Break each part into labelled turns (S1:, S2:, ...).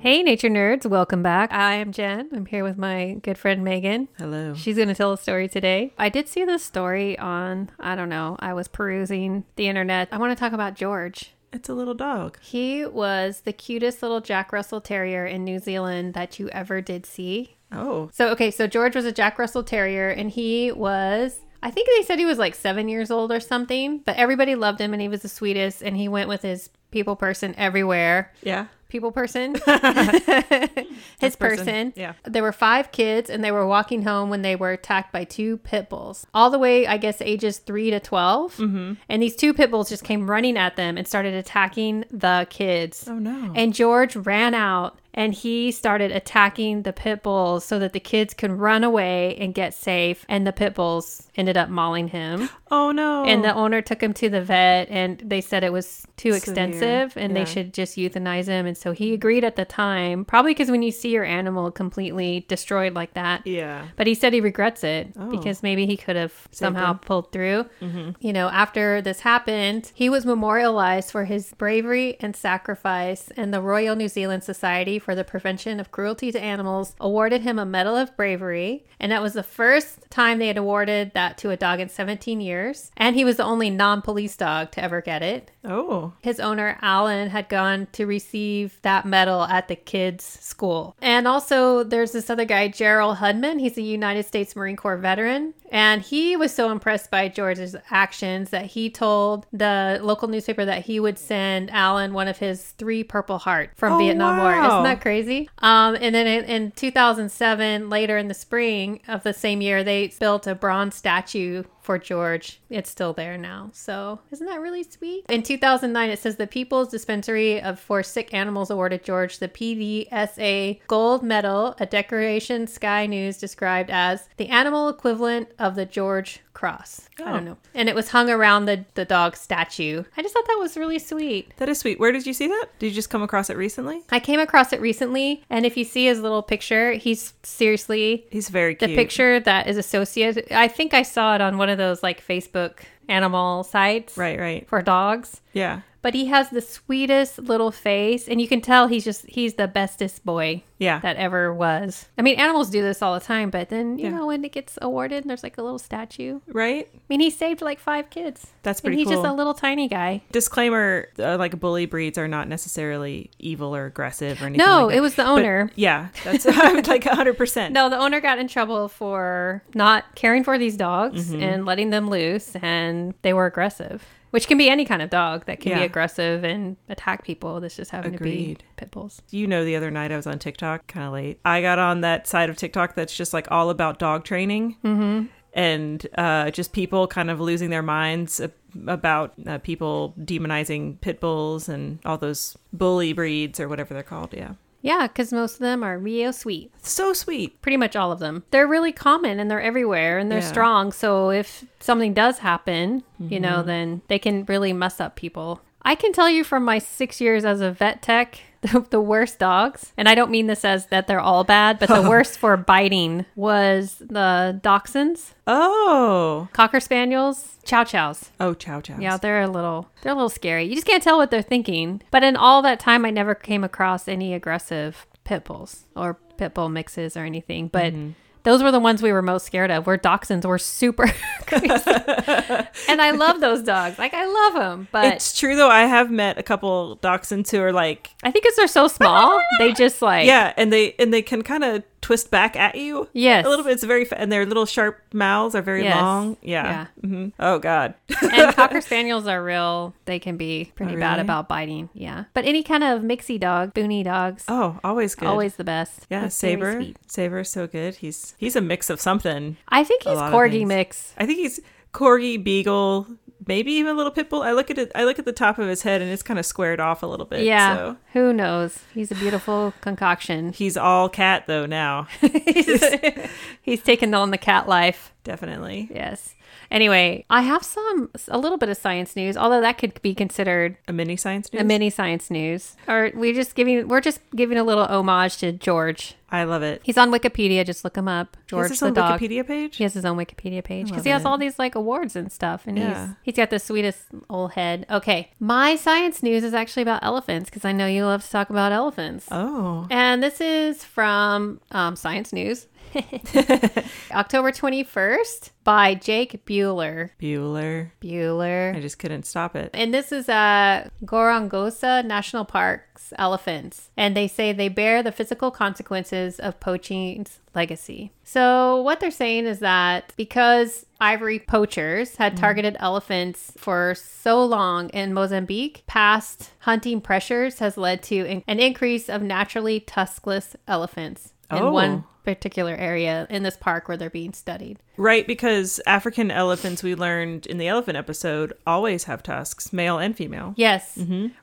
S1: Hey, nature nerds. Welcome back. I'm Jen. I'm here with my good friend Megan.
S2: Hello.
S1: She's going to tell a story today. I did see this story on, I don't know, I was perusing the internet. I want to talk about George.
S2: It's a little dog.
S1: He was the cutest little Jack Russell Terrier in New Zealand that you ever did see.
S2: Oh,
S1: So, okay, so George was a Jack Russell Terrier and he was. I think they said he was like seven years old or something, but everybody loved him and he was the sweetest. And he went with his people person everywhere
S2: yeah.
S1: people person his person,
S2: His person, yeah.
S1: there were five kids and they were walking home when they were attacked by two pit bulls all the way i guess ages 3 to 12 mm-hmm. and these two pit bulls just came running at them and started attacking the kids
S2: Oh no.
S1: and george ran out and he started attacking the pit bulls so that the kids could run away and get safe and the pit bulls ended up mauling him
S2: oh no.
S1: and the owner took him to the vet and they said it was too extensive and they
S2: yeah.
S1: should just euthanize him and so he agreed at the time probably because when you see your animal completely destroyed like that
S2: yeah.
S1: but he said he regrets it
S2: Oh. Mm-hmm.
S1: because maybe he could have somehow
S2: thing.
S1: pulled through. You know, after this happened, he was memorialized for his bravery and sacrifice, and the Royal New Zealand Society for the Prevention of Cruelty to Animals awarded him a Medal of Bravery. And that was the first time they had awarded that to a dog in 17 years. And he was the only non police dog to ever get it.
S2: Oh.
S1: His owner, Alan, had gone to receive that medal at the kids' school. And also, there's this other guy, Gerald Hudman. He's a United States Marine Corps veteran. And he was so impressed by George's actions that he told the local newspaper that he would send Alan one of his three Purple Heart from
S2: Oh,
S1: Vietnam War. Isn't
S2: wow.
S1: that crazy? Um, and then in, in 2007, later in the spring of the same year, they built a bronze statue for George. It's still there now. So isn't that really sweet? In 2009, it says the People's Dispensary of for Sick Animals awarded George the PDSA Gold Medal, a decoration Sky News described as the animal equivalent of the George Cross. I
S2: Oh.
S1: don't know. And it was hung around the, the dog statue. I just thought that was really sweet.
S2: That is sweet. Where did you see that? Did you just come across it recently?
S1: I came across it recently, and if you see his little picture, he's seriously
S2: He's very
S1: the
S2: cute.
S1: picture that is associated. I think I saw it on one of those like Facebook animal sites
S2: Right, right.
S1: for dogs.
S2: Yeah.
S1: But he has the sweetest little face, and you can tell he's just he's the bestest boy
S2: Yeah.
S1: that ever was. I mean, animals do this all the time, but then you
S2: Yeah.
S1: know when it gets awarded, and there's like a little statue.
S2: right?
S1: I mean, he saved like five kids.
S2: That's
S1: and
S2: pretty
S1: he's
S2: cool.
S1: just a little tiny guy.
S2: Disclaimer uh, like bully breeds are not necessarily evil or aggressive or anything.
S1: No,
S2: like that.
S1: it was the
S2: But
S1: owner.
S2: yeah. That's I'm like 100%.
S1: No, the owner got in trouble for not caring for these dogs
S2: Mm-hmm.
S1: and letting them loose, and they were aggressive, which can be any kind of dog that can be
S2: Yeah.
S1: aggressive and attack people. This just happened to
S2: Agreed.
S1: be pit bulls.
S2: You know, the other night I was on TikTok, kind of late. I got on that side of TikTok that's just like all about dog training
S1: Mm-hmm.
S2: and uh, just people kind of losing their minds ab- about uh, people demonizing pit bulls and all those bully breeds or whatever they're called. Yeah.
S1: Yeah, because most of them are real sweet.
S2: So sweet.
S1: Pretty much all of them. They're really common and they're everywhere and they're
S2: Yeah.
S1: strong. So if something does happen, you know, then they can really mess up people. I can tell you from my six years as a vet tech, the, the worst dogs, and I don't mean this as that they're all bad, but the worst for biting was the dachshunds,
S2: Oh.
S1: cocker spaniels, chow chows.
S2: Oh, chow chow.
S1: Yeah, they're a little they're a little scary. You just can't tell what they're thinking. But in all that time I never came across any aggressive pit bulls or pit bull mixes or anything. But
S2: Mm-hmm.
S1: those were the ones we were most scared of. Where dachshunds were super crazy. and I love those dogs. Like I love them, but
S2: It's true, though. I have met a couple dachshunds who are like,
S1: I think 'cause they're so small, they just like
S2: yeah, and they and they can kind of twist back at you.
S1: Yes.
S2: a little bit. It's very, fa- and their little sharp mouths are very
S1: Yes.
S2: long. Yeah. hmm Oh God.
S1: and cocker spaniels are real. They can be pretty bad
S2: Oh, really?
S1: about biting. Yeah. But any kind of mixie dog, boony dogs,
S2: Oh, always good.
S1: always the best. They're
S2: Yeah,
S1: very
S2: Saber.
S1: sweet.
S2: Saber is so good. He's he's a mix of something.
S1: I think he's
S2: lot of
S1: corgi
S2: things.
S1: mix.
S2: I think he's corgi, beagle, maybe even a little pit bull. I look at it. I look at the top of his head, and it's kind of squared off a little bit.
S1: yeah.
S2: So.
S1: Who knows? He's a beautiful concoction.
S2: He's all cat though now,
S1: he's, he's taken on the cat life.
S2: definitely.
S1: Yes. Anyway, I have some a little bit of science news, although that could be considered
S2: A mini science news.
S1: a mini science news. Or we just giving we're just giving a little homage to George.
S2: I love it.
S1: He's on Wikipedia. Just look him up. George
S2: Is this
S1: the
S2: on
S1: dog.
S2: Wikipedia page?
S1: He has his own Wikipedia page because
S2: love
S1: he has
S2: it.
S1: all these like awards and stuff, and
S2: Yeah.
S1: he's he's got the sweetest old head. Okay, my science news is actually about elephants because I know you love to talk about elephants.
S2: Oh,
S1: And this is from um, Science News, October twenty first by Jake Bueller.
S2: Bueller.
S1: Bueller.
S2: I just couldn't stop it.
S1: And this is uh, Gorongosa National Park's elephants. And they say they bear the physical consequences of poaching's legacy. So, what they're saying is that because ivory poachers had targeted elephants for so long in Mozambique, past hunting pressures has led to in- an increase of naturally tuskless elephants
S2: Oh.
S1: in one particular area in this park where they're being studied.
S2: Right, because African elephants, we learned in the elephant episode, always have tusks, male and female.
S1: Yes.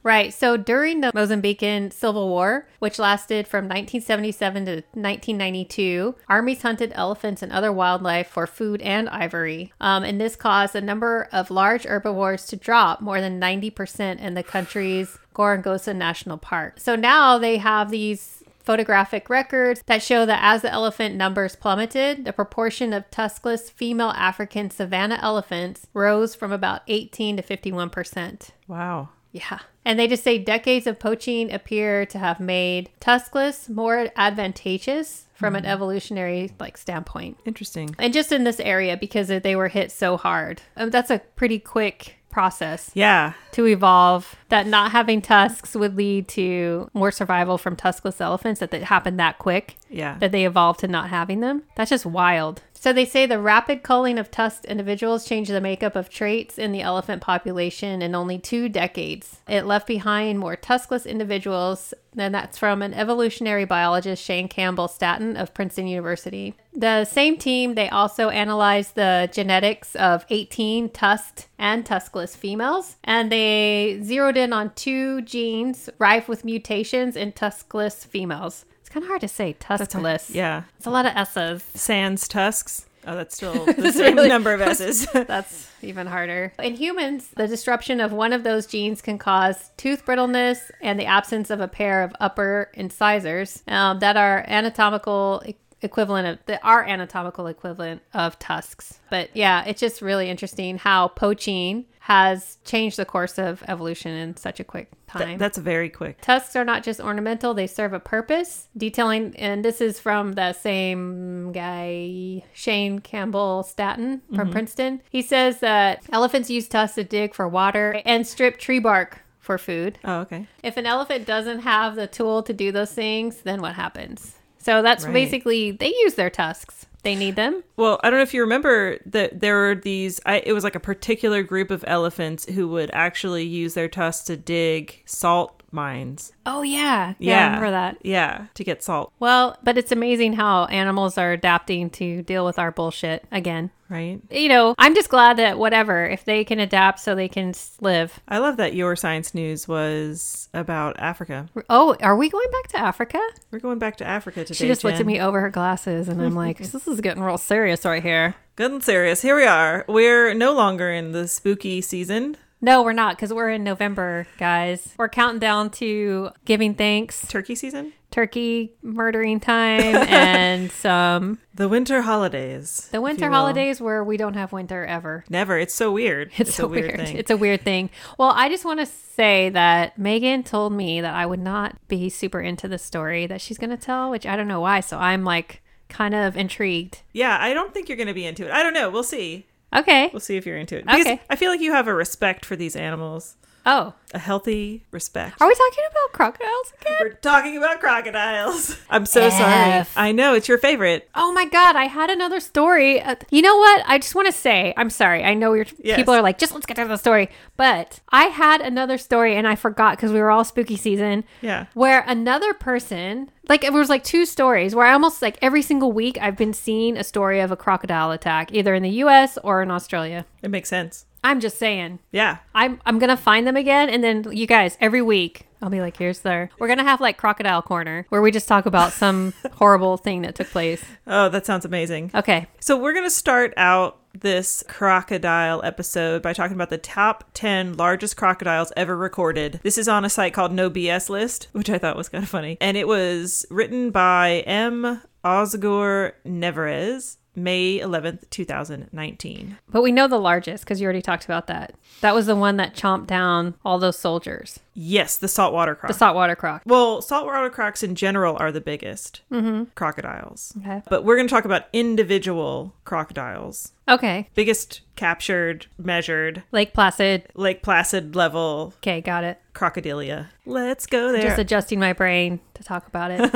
S1: Right. So during the Mozambican Civil War, which lasted from 1977 to 1992, armies hunted elephants and other wildlife for food and ivory. Um, and this caused the number of large herbivores to drop more than 90% in the country's Gorongosa National Park. So now they have these photographic records that show that as the elephant numbers plummeted, the proportion of tuskless female African savanna elephants rose from about 18 to 51 percent.
S2: Wow.
S1: Yeah. And they just say decades of poaching appear to have made tuskless more advantageous from an evolutionary like standpoint.
S2: Interesting.
S1: And just in this area because they were hit so hard. Um, that's a pretty quick process
S2: Yeah.
S1: to evolve that not having tusks would lead to more survival from tuskless elephants that, that happened that quick
S2: Yeah.
S1: that they evolved to not having them. That's just wild. So they say the rapid culling of tusked individuals changed the makeup of traits in the elephant population in only two decades. It left behind more tuskless individuals, and that's from an evolutionary biologist Shane Campbell Statton of Princeton University. The same team they also analyzed the genetics of 18 tusked and tuskless females, and they zeroed in on two genes rife with mutations in tuskless females. It's kind of hard to say tuskless.
S2: yeah.
S1: It's a lot of S's.
S2: Sans tusks. Oh, that's still the same number of S's.
S1: That's even harder. In humans, the disruption of one of those genes can cause tooth brittleness and the absence of a pair of upper incisors um, that are anatomical e- equivalent of that are anatomical equivalent of tusks. But yeah, it's just really interesting how poaching has changed the course of evolution in such a quick time.
S2: That's very quick.
S1: Tusks are not just ornamental, they serve a purpose. Detailing, and this is from the same guy, Shane Campbell Statton from Princeton. He says that elephants use tusks to dig for water and strip tree bark for food.
S2: Oh, okay.
S1: If an elephant doesn't have the tool to do those things, then what happens? So that's
S2: Right.
S1: basically, they use their tusks. They need them.
S2: Well, I don't know if you remember that there were these. I, it was like a particular group of elephants who would actually use their tusks to dig salt mines.
S1: Oh, yeah. Yeah,
S2: Yeah.
S1: I remember that.
S2: Yeah, to get salt.
S1: Well, but it's amazing how animals are adapting to deal with our bullshit again.
S2: Right.
S1: you know, I'm just glad that whatever, if they can adapt so they can s- live.
S2: I love that your science news was about Africa.
S1: Oh, are we going back to Africa?
S2: We're going back to Africa today.
S1: She just looked at
S2: Jen.
S1: me over her glasses and I'm like, this is getting real serious right here.
S2: Good and serious. Here we are. We're no longer in the spooky season.
S1: No, we're not because we're in November, guys. We're counting down to giving thanks,
S2: Turkey season?
S1: turkey murdering time, and some
S2: The winter holidays.
S1: the
S2: if
S1: winter
S2: you will.
S1: holidays where we don't have winter ever.
S2: Never. It's so weird.
S1: It's, so
S2: a weird,
S1: weird.
S2: thing.
S1: It's a weird thing. Well, I just want to say that Megan told me that I would not be super into the story that she's going to tell, which I don't know why. So I'm like kind of intrigued.
S2: yeah, I don't think you're going to be into it. I don't know. We'll see.
S1: Okay.
S2: We'll see if you're into it. Because
S1: Okay.
S2: I feel like you have a respect for these animals,
S1: Oh,
S2: a healthy respect.
S1: are we talking about crocodiles again?
S2: We're talking about crocodiles. I'm so
S1: F.
S2: sorry. I know. It's your favorite.
S1: Oh my God. I had another story. Uh, you know what? I just want to say, I'm sorry. I know you're,
S2: Yes.
S1: people are like, just let's get to the story. But I had another story and I forgot because we were all spooky season.
S2: Yeah.
S1: where another person like it was like two stories where I almost like every single week I've been seeing a story of a crocodile attack either in the US or in Australia.
S2: It makes sense.
S1: I'm just saying.
S2: Yeah.
S1: I'm I'm gonna find them again, and then you guys every week. I'll be like, here's their. We're gonna have like crocodile corner where we just talk about some horrible thing that took place.
S2: Oh, that sounds amazing.
S1: Okay,
S2: So we're going to start out this crocodile episode by talking about the top 10 largest crocodiles ever recorded. This is on a site called No BS List, which I thought was kind of funny. And it was written by M. Osgur Neverez, May 11th, 2019.
S1: but we know the largest because you already talked about that. That was the one that chomped down all those soldiers,
S2: Yes, the saltwater croc.
S1: the saltwater croc.
S2: well, saltwater crocs in general are the biggest crocodiles.
S1: Okay.
S2: But we're going to talk about individual crocodiles.
S1: Okay,
S2: Biggest captured, measured,
S1: Lake Placid.
S2: Lake Placid level
S1: Okay, got it.
S2: crocodilia. Let's go there.
S1: Just adjusting my brain to talk about it.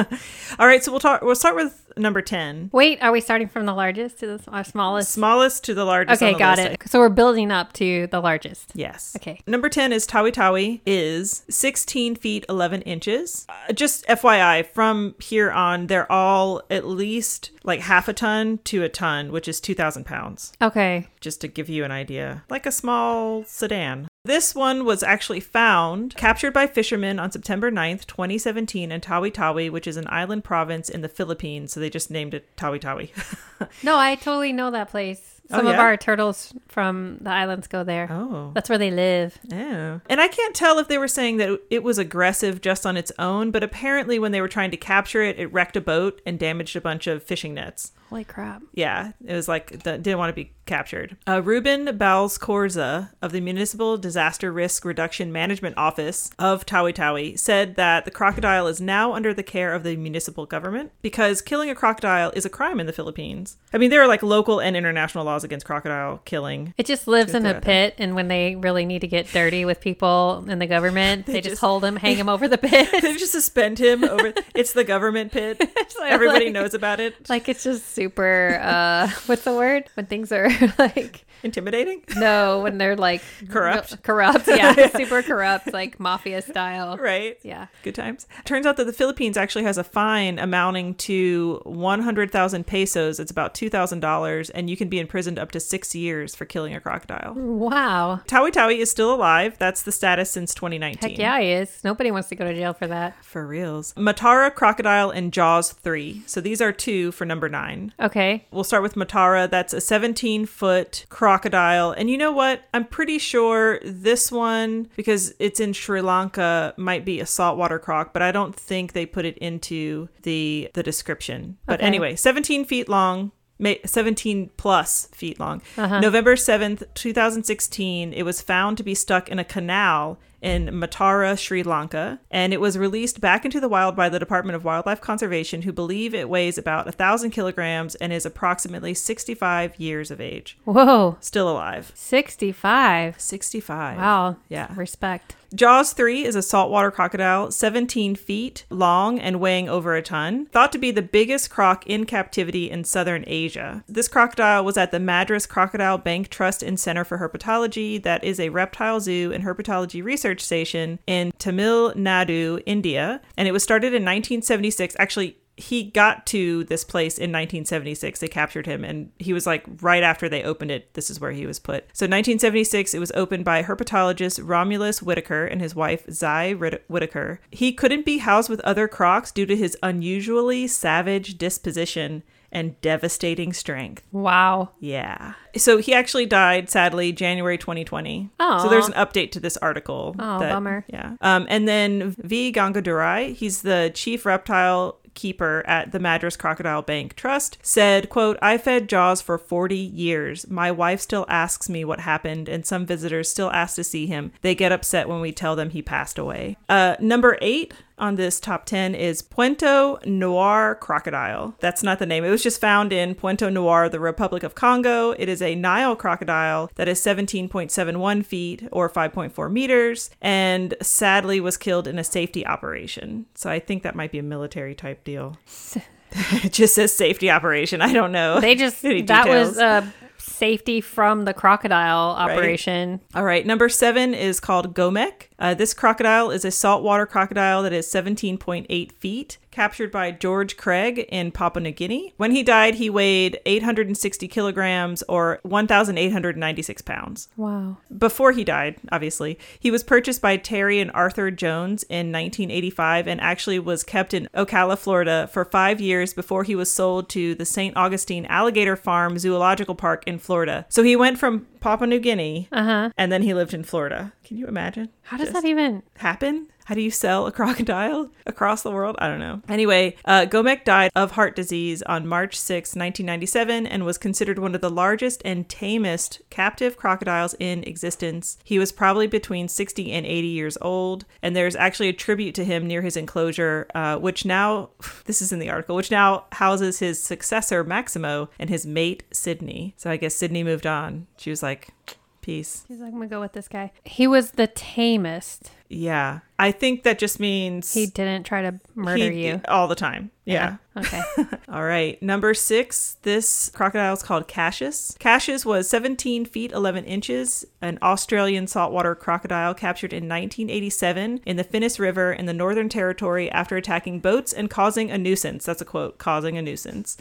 S2: All right, so we'll talk. We'll start with number ten,
S1: Wait, are we starting from the largest to the s- our smallest?
S2: smallest to the largest. on
S1: Okay,
S2: the
S1: got
S2: list.
S1: it. So we're building up to the largest.
S2: Yes.
S1: Okay.
S2: Number ten is Tawi Tawi is sixteen feet eleven inches. Uh, just FYI, from here on, they're all at least like half a ton to a ton, which is two thousand pounds.
S1: Okay.
S2: Just to give you an idea, like a small sedan. This one was actually found, captured by fishermen on September 9th, 2017, in Tawi Tawi, which is an island province in the Philippines. So they just named it Tawi Tawi.
S1: No, I totally know that place.
S2: Oh,
S1: Some of
S2: yeah?
S1: our turtles from the islands go there.
S2: oh.
S1: That's where they live.
S2: Oh. And I can't tell if they were saying that it was aggressive just on its own, but apparently when they were trying to capture it, it wrecked a boat and damaged a bunch of fishing nets.
S1: Holy crap.
S2: Yeah, it was like the, didn't want to be captured. Uh, Ruben Bals Corza of the Municipal Disaster Risk Reduction Management Office of Tawi Tawi said that the crocodile is now under the care of the municipal government because killing a crocodile is a crime in the Philippines. I mean, there are like local and international laws against crocodile killing.
S1: It just lives in
S2: Truth
S1: a
S2: or
S1: pit, and when they really need to get dirty with people in the government, they, just,
S2: just-
S1: hold them, hang them over the pit.
S2: They just suspend him over. it's the government pit. Everybody
S1: like-
S2: knows about it.
S1: like it's just super. Uh, what's the word when things are like
S2: Intimidating,
S1: no, when they're like
S2: Corrupt.
S1: corrupt, yeah, super corrupt, like mafia style.
S2: right?
S1: Yeah.
S2: Good times. Turns out that the Philippines actually has a fine amounting to 100,000 pesos. It's about $2,000, and you can be imprisoned up to six years for killing a crocodile.
S1: Wow.
S2: Tawi Tawi is still alive. That's the status since 2019.
S1: Heck yeah, he is. Nobody wants to go to jail for that.
S2: For reals. Matara, Crocodile, and Jaws 3. So these are two for number nine.
S1: Okay.
S2: We'll start with Matara. That's a 17 foot crocodile. And you know what? I'm pretty sure this one, because it's in Sri Lanka, might be a saltwater croc, but I don't think they put it into the the description. But
S1: Okay.
S2: anyway, 17 feet long. ma- 17 plus feet long. November 7th, 2016, it was found to be stuck in a canal in Matara, Sri Lanka, and it was released back into the wild by the Department of Wildlife Conservation, who believe it weighs about 1,000 kilograms and is approximately 65 years of age.
S1: Whoa.
S2: Still alive.
S1: 65.
S2: 65.
S1: Wow.
S2: Yeah.
S1: Respect.
S2: Jaws 3 is a saltwater crocodile, 17 feet long and weighing over a ton, thought to be the biggest croc in captivity in southern Asia. This crocodile was at the Madras Crocodile Bank Trust and Center for Herpetology, that is a reptile zoo and herpetology research station in Tamil Nadu, India, and it was started in 1976. Actually, he got to this place in 1976. They captured him, and he was like right after they opened it. This is where he was put. So 1976, it was opened by herpetologist Romulus Whitaker and his wife Zai Rit- Whitaker. He couldn't be housed with other crocs due to his unusually savage disposition and devastating strength.
S1: Wow.
S2: Yeah. So he actually died, sadly, January 2020.
S1: Aw.
S2: So there's an update to this article.
S1: Aw, bummer.
S2: Yeah. Um, and then V. Gangadurai, he's the chief reptile keeper at the Madras Crocodile Bank Trust, said, quote, I fed Jaws for 40 years. My wife still asks me what happened, and some visitors still ask to see him. They get upset when we tell them he passed away. Uh, number eight on this top 10 is Puento Noir crocodile. That's not the name. It was just found in Puento Noir, the Republic of Congo. It is a Nile crocodile that is 17.71 feet or 5.4 meters and sadly was killed in a safety operation. So I think that might be a military type deal. it just says safety operation. I don't know.
S1: They just,
S2: Any
S1: that was
S2: details?
S1: uh, safety from the crocodile operation.
S2: All right, number seven is called Gomek. Uh, this crocodile is a saltwater crocodile that is 17.8 feet, captured by George Craig in Papua New Guinea. When he died, he weighed 860 kilograms or 1,896 pounds.
S1: Wow.
S2: Before he died, obviously, he was purchased by Terry and Arthur Jones in 1985 and actually was kept in Ocala, Florida for five years before he was sold to the St. Augustine Alligator Farm Zoological Park in Florida. So he went from Papua New Guinea and then he lived in Florida. Can you imagine?
S1: Uh-huh. How does
S2: Just-
S1: that even?
S2: happen? How do you sell a crocodile across the world? I don't know. Anyway, uh, Gomek died of heart disease on March 6, 1997, and was considered one of the largest and tamest captive crocodiles in existence. He was probably between 60 and 80 years old, and there's actually a tribute to him near his enclosure, uh, which now, this is in the article, which now houses his successor, Maximo, and his mate, Sydney. So I guess Sydney moved on. She was like, peace.
S1: He's like, I'm gonna go with this guy. He was the tamest.
S2: Yeah. I think that just means
S1: He didn't try to murder
S2: He-
S1: you.
S2: all the time. Yeah.
S1: Okay.
S2: All right. Number six. This crocodile is called Cassius. Cassius was 17 feet 11 inches, an Australian saltwater crocodile captured in 1987 in the Finnis River in the Northern Territory after attacking boats and causing a nuisance. That's a quote. Causing a nuisance.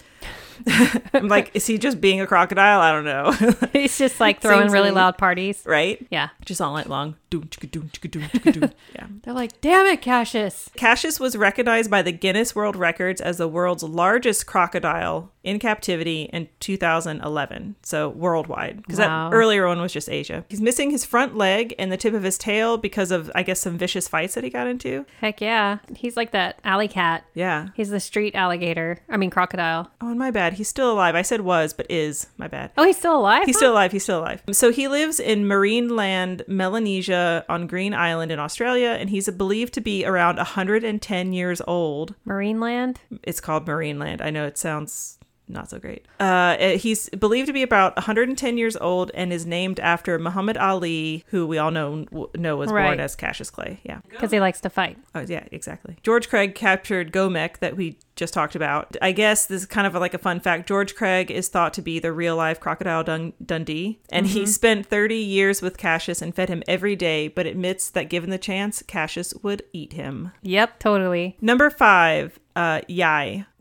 S2: I'm like, is he just being a crocodile? I don't know.
S1: He's just like throwing
S2: Seems
S1: really
S2: mean.
S1: loud parties.
S2: right?
S1: Yeah.
S2: Just all night long. Doom, chicka, doom, chicka, doom, chicka, doom. Yeah.
S1: They're like, damn it, Cassius.
S2: Cassius was recognized by the Guinness World Records as the world's largest crocodile in captivity in 2011, so worldwide, because
S1: Wow.
S2: that earlier one was just Asia. He's missing his front leg and the tip of his tail because of, I guess, some vicious fights that he got into.
S1: Heck yeah. He's like that alley cat.
S2: Yeah.
S1: He's the street alligator. I mean, crocodile.
S2: Oh, and my bad. He's still alive. I said was, but is. My bad.
S1: Oh, he's still alive?
S2: He's
S1: huh?
S2: still alive. He's still alive. So he lives in marine land, Melanesia, on Green Island in Australia, and he's believed to be around 110 years old.
S1: Marine land?
S2: it's called Marineland. I know it sounds not so great. Uh, eh, he's believed to be about 110 years old and is named after Muhammad Ali, who we all know know was
S1: Right.
S2: born as Cassius Clay. Yeah.
S1: Because he likes to fight.
S2: Oh, yeah, exactly. George Craig captured Gomek that we just talked about. I guess this is kind of like a fun fact. George Craig is thought to be the real life crocodile Dun- Dundee, and he spent 30 years with Cassius and fed him every day, but admits that given the chance, Cassius would eat him.
S1: Yep, totally.
S2: Number five, uh, yai.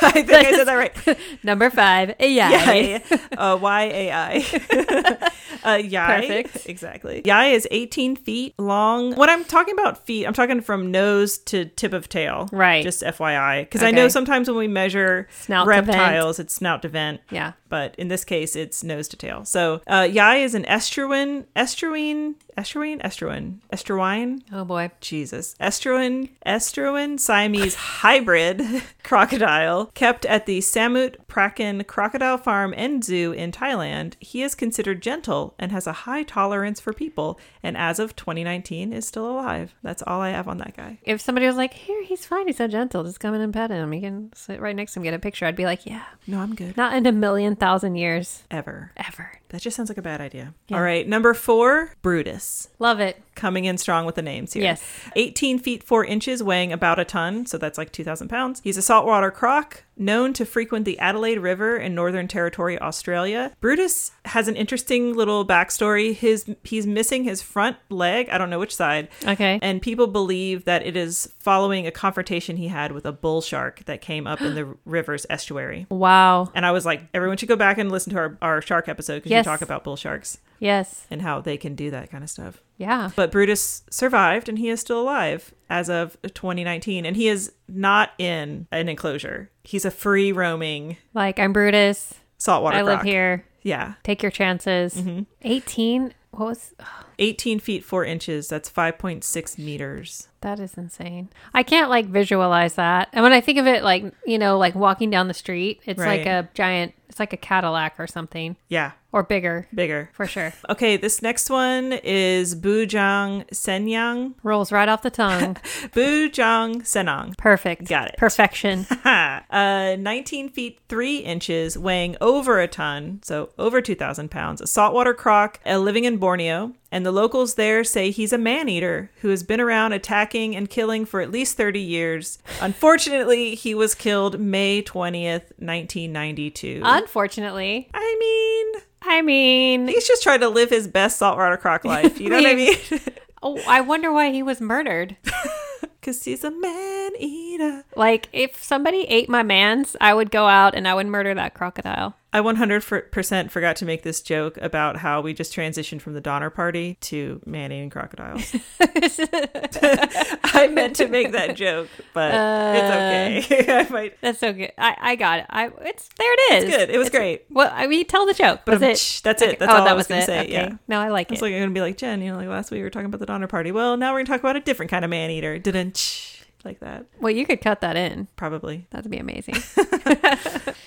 S2: I think I said that right.
S1: Number five. Yeah.
S2: Yai. Uh, Y-A-I. uh, yai.
S1: Perfect.
S2: Exactly. Yai is 18 feet long. When I'm talking about feet, I'm talking from nose to tip of tail.
S1: Right.
S2: Just FYI. Because I
S1: Okay.
S2: know sometimes when we measure
S1: Snout to vent.
S2: reptiles, it's snout to vent.
S1: Yeah.
S2: But in this case, it's nose to tail. So uh, yai is an estuarine, estuarine, estuarine, estuarine, estuarine,
S1: Oh, boy.
S2: Jesus. Estruan, Estruan Siamese hybrid crocodile kept at the Samut Prakan Crocodile Farm and Zoo in Thailand. He is considered gentle and has a high tolerance for people, and as of 2019 is still alive. That's all I have on that guy.
S1: If somebody was like, here, he's fine. He's so gentle. Just come in and pet him. You can sit right next to him, get a picture. I'd be like, yeah.
S2: No, I'm good.
S1: Not in a million thousand years
S2: Ever.
S1: ever.
S2: That just sounds like a bad idea.
S1: Yeah.
S2: All right, number four, Brutus.
S1: Love it.
S2: coming in strong with the names here.
S1: Yes.
S2: 18 feet 4 inches, weighing about a ton, so that's like 2,000 pounds. He's a saltwater croc known to frequent the Adelaide River in Northern Territory, Australia. Brutus has an interesting little backstory. His He's missing his front leg, I don't know which side,
S1: Okay.
S2: and people believe that it is following a confrontation he had with a bull shark that came up in the river's estuary.
S1: wow.
S2: And I was like, everyone should go back and listen to our, our shark episode because
S1: Yes.
S2: you talk about bull sharks
S1: Yes.
S2: and how they can do that kind of stuff.
S1: Yeah.
S2: But Brutus survived and he is still alive as of 2019. And he is not in an enclosure. He's a free roaming
S1: Like, I'm Brutus.
S2: saltwater
S1: I live
S2: croc.
S1: here.
S2: Yeah.
S1: Take your chances.
S2: Mm-hmm.
S1: 18. What was
S2: 18 feet 4 inches. That's 5.6 meters.
S1: that? Is insane. I can't like visualize that. And when I think of it, like, you know, like walking down the street, it's like
S2: Right.
S1: a giant, it's like a Cadillac or something,
S2: Yeah.
S1: or bigger
S2: Bigger.
S1: for sure.
S2: Okay. This next one is Bujang Senyang.
S1: Rolls right off the tongue.
S2: Bujang Senang.
S1: Perfect.
S2: Got it.
S1: Perfection.
S2: Ha! Uh, 19 feet 3 inches, weighing over a ton, so over 2,000 pounds, a saltwater croc uh, living in Borneo. And the locals there say he's a man eater who has been around attacking and killing for at least 30 years. Unfortunately, he was killed May 20th, 1992.
S1: Unfortunately,
S2: I mean,
S1: I mean,
S2: he's just trying to live his best saltwater croc life. You know what I mean?
S1: Oh, I wonder why he was murdered.
S2: Because he's a man eater.
S1: Like, if somebody ate my man's, I would go out and I would murder that crocodile.
S2: I 100% forgot to make this joke about how we just transitioned from the Donner Party to man eating crocodiles. I meant to make that joke, but it's
S1: Uh,
S2: okay. I might.
S1: That's so good. I, I got it. I it's there. It is.
S2: It's good. It was
S1: It's-
S2: great.
S1: Well, I mean, tell the joke. Was
S2: But
S1: it?
S2: that's it.
S1: Okay.
S2: That's
S1: oh,
S2: all
S1: that
S2: I
S1: was
S2: was, going
S1: it?
S2: to say.
S1: Okay.
S2: Yeah.
S1: No, I like
S2: It's
S1: it.
S2: like I'm going to be like, Jen, you know, like last week we were talking about the Donner Party. Well, now we're going to talk about a different kind of man eater. Didn't like that.
S1: well, you could cut that in.
S2: Probably.
S1: That'd be amazing.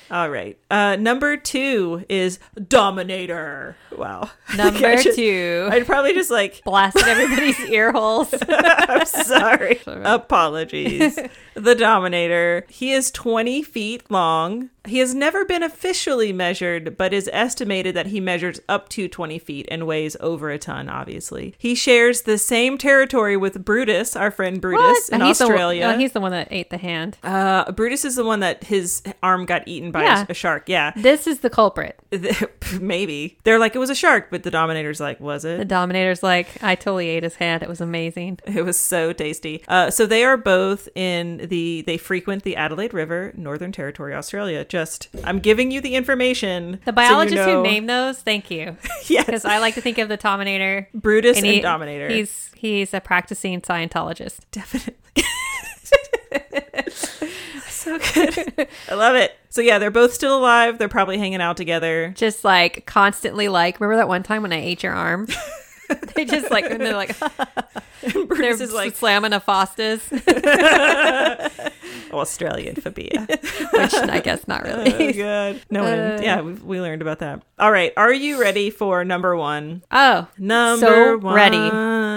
S2: All right. Uh, number two is Dominator. Wow.
S1: Number
S2: I should-
S1: two.
S2: I'd probably just like,
S1: Blasted everybody's ear holes.
S2: I'm sorry.
S1: all right.
S2: Apologies. the Dominator. He is 20 feet long. He has never been officially measured, but is estimated that he measures up to 20 feet and weighs over a ton, obviously. He shares the same territory with Brutus, our friend Brutus,
S1: What?
S2: in
S1: he's
S2: Australia.
S1: The, one- no, he's the one that ate the hand.
S2: Uh, Brutus is the one that his arm got eaten by a-
S1: Yeah.
S2: a shark. Yeah,
S1: This is the culprit.
S2: maybe they're like it was a shark, but the Dominator's like, was
S1: The
S2: it?
S1: Dominator's like, I totally ate his hand. It was amazing.
S2: It was so tasty. Uh, so they are both in the they frequent the Adelaide River, Northern Territory, Australia. Just I'm giving you the information.
S1: The
S2: so you
S1: biologist
S2: know-
S1: who named those, thank you,
S2: yes
S1: because I like to think of the Dominator.
S2: Brutus and,
S1: he-
S2: Dominator.
S1: He's he's a practicing Scientologist.
S2: definitely. so good. I love it. So yeah, they're both still alive. They're probably hanging out together.
S1: Just like constantly like, remember that one time when I ate your arm? they just like and they're like they're
S2: Brutus is like
S1: slamming a Foster's, which
S2: Australian phobia.
S1: I guess not
S2: Oh,
S1: really.
S2: good. No one.
S1: Uh.
S2: yeah, we, we learned about that. All right. Are you ready for number one?
S1: Oh
S2: Number
S1: So ready.
S2: one.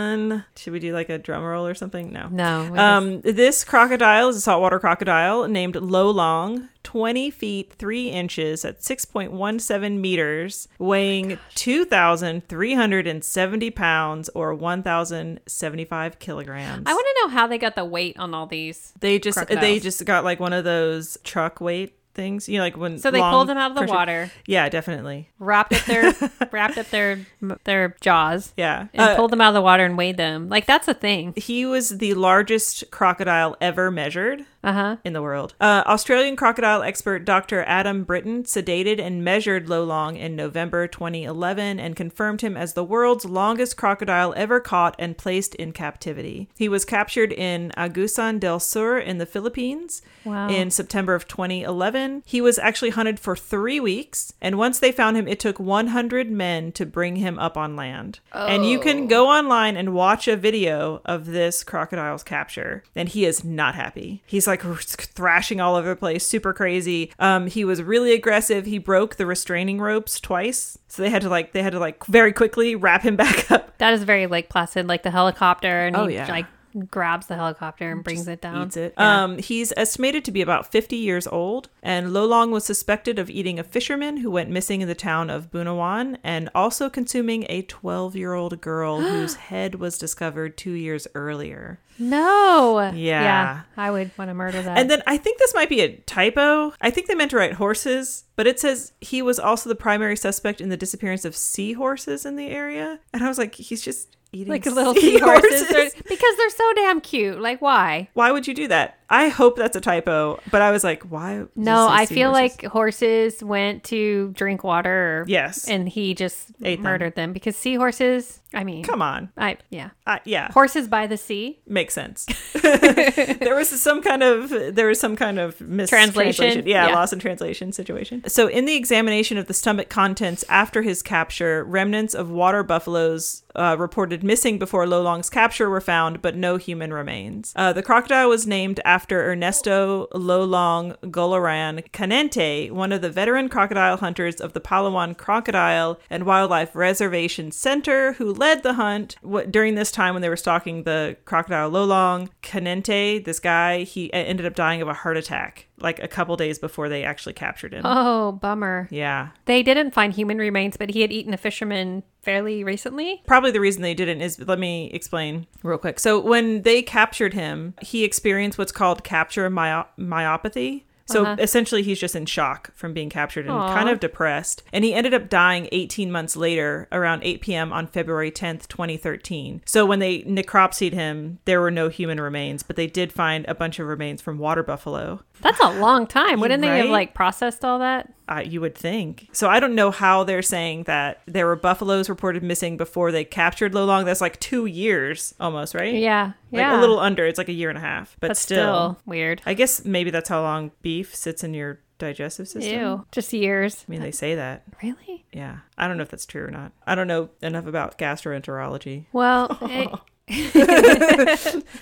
S2: Should we do like a drum roll or something? No.
S1: no, it is-
S2: Um, this crocodile is a saltwater crocodile named Lo Long, 20 feet 3 inches at 6.17 meters, weighing 2,370 pounds or 1,075 kilograms.
S1: I want to know how they got the weight on all these.
S2: They just they
S1: crocodiles.
S2: just got like one of those truck weight things. You know, like when
S1: So they
S2: long
S1: pulled them out of the
S2: pressure-
S1: water,
S2: Yeah, definitely.
S1: wrapped up their wrapped up their their jaws,
S2: Yeah.
S1: and
S2: Uh,
S1: pulled them out of the water and weighed them. Like that's a thing.
S2: he was the largest crocodile ever measured
S1: Uh huh.
S2: in the world. Uh, Australian crocodile expert Dr. Adam Britton sedated and measured Lo Long in November 2011 and confirmed him as the world's longest crocodile ever caught and placed in captivity. He was captured in Agusan del Sur in the Philippines
S1: Wow.
S2: in September of 2011. He was actually hunted for three weeks, and once they found him, it took 100 men to bring him up on land. And you can go online and watch a video of this crocodile's capture, and he is not happy. He's like thrashing all over the place, super crazy. Um, he was really aggressive. He broke the restraining ropes twice, so they had to like they had to like very quickly wrap him back up.
S1: That is very Lake Placid, like the helicopter, and
S2: Oh,
S1: he
S2: yeah.
S1: like grabs the helicopter and brings it down.
S2: eats it.
S1: Yeah.
S2: Um, he's estimated to be about 50 years old, and Lolong was suspected of eating a fisherman who went missing in the town of Bunawan and also consuming a 12 year old girl whose head was discovered two years earlier.
S1: no.
S2: Yeah.
S1: I would want to murder that.
S2: And then I think this might be a typo. I think they meant to write horses, but it says he was also the primary suspect in the disappearance of seahorses in the area. And I was like, he's just eating
S1: like little
S2: seahorses.
S1: seahorses, They're- because they're so damn cute. Like why?
S2: Why would you do that? I hope that's a typo, but I was like, why? does it
S1: No,
S2: say
S1: I feel
S2: seahorses?
S1: like horses went to drink water. Or,
S2: Yes.
S1: and he just
S2: Ate them.
S1: murdered them. because seahorses. I mean,
S2: Come on.
S1: I yeah,
S2: Uh, yeah.
S1: horses by the sea.
S2: Makes sense. there was some kind of there was some kind of
S1: Translation?
S2: mistranslation. Yeah,
S1: Yeah.
S2: loss in translation situation. So in the examination of the stomach contents after his capture, remnants of water buffaloes uh, reported missing before Lolong's capture were found, but no human remains. Uh, the crocodile was named after Ernesto Lolong Goloran Canente, one of the veteran crocodile hunters of the Palawan Crocodile and Wildlife Reservation Center, who led the hunt Wh- during this time when they were stalking the crocodile Lolong. Canente, this guy, he uh, ended up dying of a heart attack like a couple days before they actually captured him.
S1: Oh, bummer.
S2: Yeah.
S1: They didn't find human remains, but he had eaten a fisherman fairly recently.
S2: Probably the reason they didn't is let me explain real quick. So when they captured him, he experienced what's called capture myo- myopathy. So essentially, he's just in shock from being captured and
S1: Aw.
S2: kind of depressed. And he ended up dying 18 months later, around 8 p.m. on February 10th, 2013. So when they necropsied him, there were no human remains, but they did find a bunch of remains from water buffalo.
S1: That's a long time. Wouldn't they have
S2: right?
S1: like processed all that?
S2: Uh, you would think. So I don't know how they're saying that there were buffaloes reported missing before they captured Lolong. That's like two years almost, right?
S1: Yeah,
S2: Like
S1: yeah.
S2: a little under. It's like a year and a half. But,
S1: but
S2: still,
S1: still weird.
S2: I guess maybe that's how long beef sits in your digestive system.
S1: Ew, just years.
S2: I mean, they say that.
S1: Really?
S2: Yeah. I don't know if that's true or not. I don't know enough about gastroenterology.
S1: Well, it-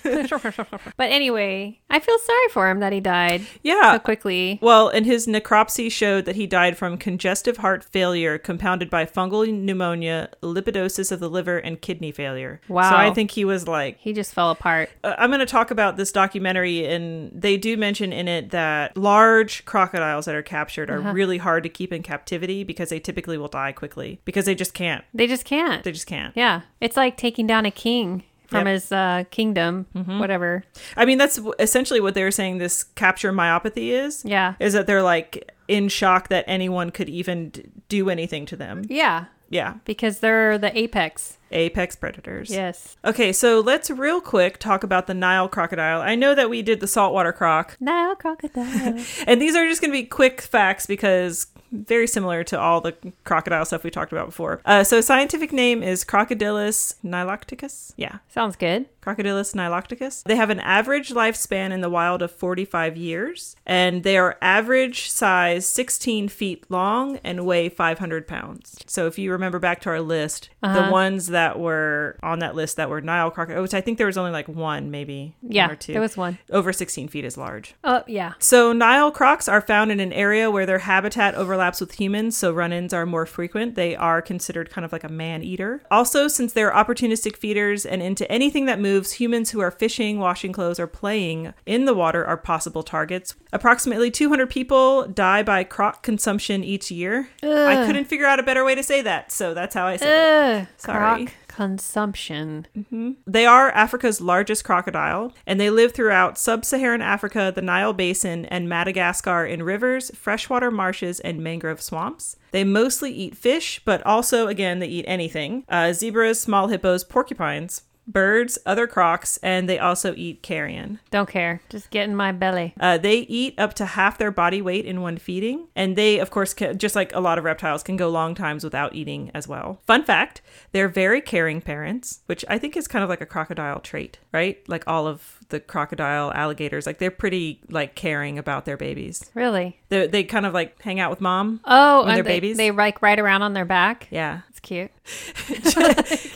S1: but anyway, I feel sorry for him that he died so
S2: Yeah.
S1: quickly.
S2: Well, and his necropsy showed that he died from congestive heart failure compounded by fungal pneumonia, lipidosis of the liver, and kidney failure.
S1: Wow.
S2: So I think he was like,
S1: He just fell apart.
S2: uh, I'm going to talk about this documentary, and they do mention in it that large crocodiles that are captured
S1: Uh-huh.
S2: are really hard to keep in captivity because they typically will die quickly because they just can't.
S1: They just can't.
S2: They just can't.
S1: Yeah, it's like taking down a king from
S2: Yep. Mm-hmm.
S1: his uh, kingdom, whatever.
S2: I mean, that's w- essentially what they were saying this capture myopathy is.
S1: Yeah.
S2: Is that they're like in shock that anyone could even d- do anything to them.
S1: Yeah,
S2: Yeah.
S1: because they're the apex.
S2: Apex predators.
S1: Yes.
S2: Okay, so let's real quick talk about the Nile crocodile. I know that we did the saltwater croc,
S1: Nile crocodile.
S2: and these are just going to be quick facts because very similar to all the crocodile stuff we talked about before. Uh, so, scientific name is Crocodilus nilocticus. Yeah,
S1: Sounds good.
S2: Crocodilus nilocticus. They have an average lifespan in the wild of 45 years, and they are average size 16 feet long and weigh 500 pounds. So if you remember back to our list,
S1: Uh-huh.
S2: the ones that were on that list that were Nile crocodile, which I think there was only like one, maybe
S1: Yeah,
S2: one or two.
S1: there was one.
S2: over 16 feet is large.
S1: Oh yeah.
S2: So Nile crocs are found in an area where their habitat overlaps with humans, so run-ins are more frequent. They are considered kind of like a man-eater. Also, since they're opportunistic feeders and into anything that moves, humans who are fishing, washing clothes, or playing in the water are possible targets. Approximately 200 people die by croc consumption each year. I couldn't figure out a better way to say that, so that's how I said it.
S1: Ugh,
S2: Sorry. Mm.
S1: Croc consumption.
S2: They are Africa's largest crocodile, and they live throughout sub Saharan Africa, the Nile Basin, and Madagascar in rivers, freshwater marshes, and mangrove swamps. They mostly eat fish, but also, again, they eat anything uh, zebras, small hippos, porcupines, birds, other crocs, and they also eat carrion.
S1: Don't care. Just get in my belly.
S2: Uh, they eat up to half their body weight in one feeding, and they, of course, can, just like a lot of reptiles, can go long times without eating as well. Fun fact: they're very caring parents, which I think is kind of like a crocodile trait, right? Like all of the crocodile alligators, like they're pretty like caring about their babies.
S1: Really?
S2: They they kind of like hang out with mom.
S1: Oh,
S2: When
S1: and
S2: they're
S1: they,
S2: babies?
S1: They like right around on their back.
S2: Yeah,
S1: It's cute.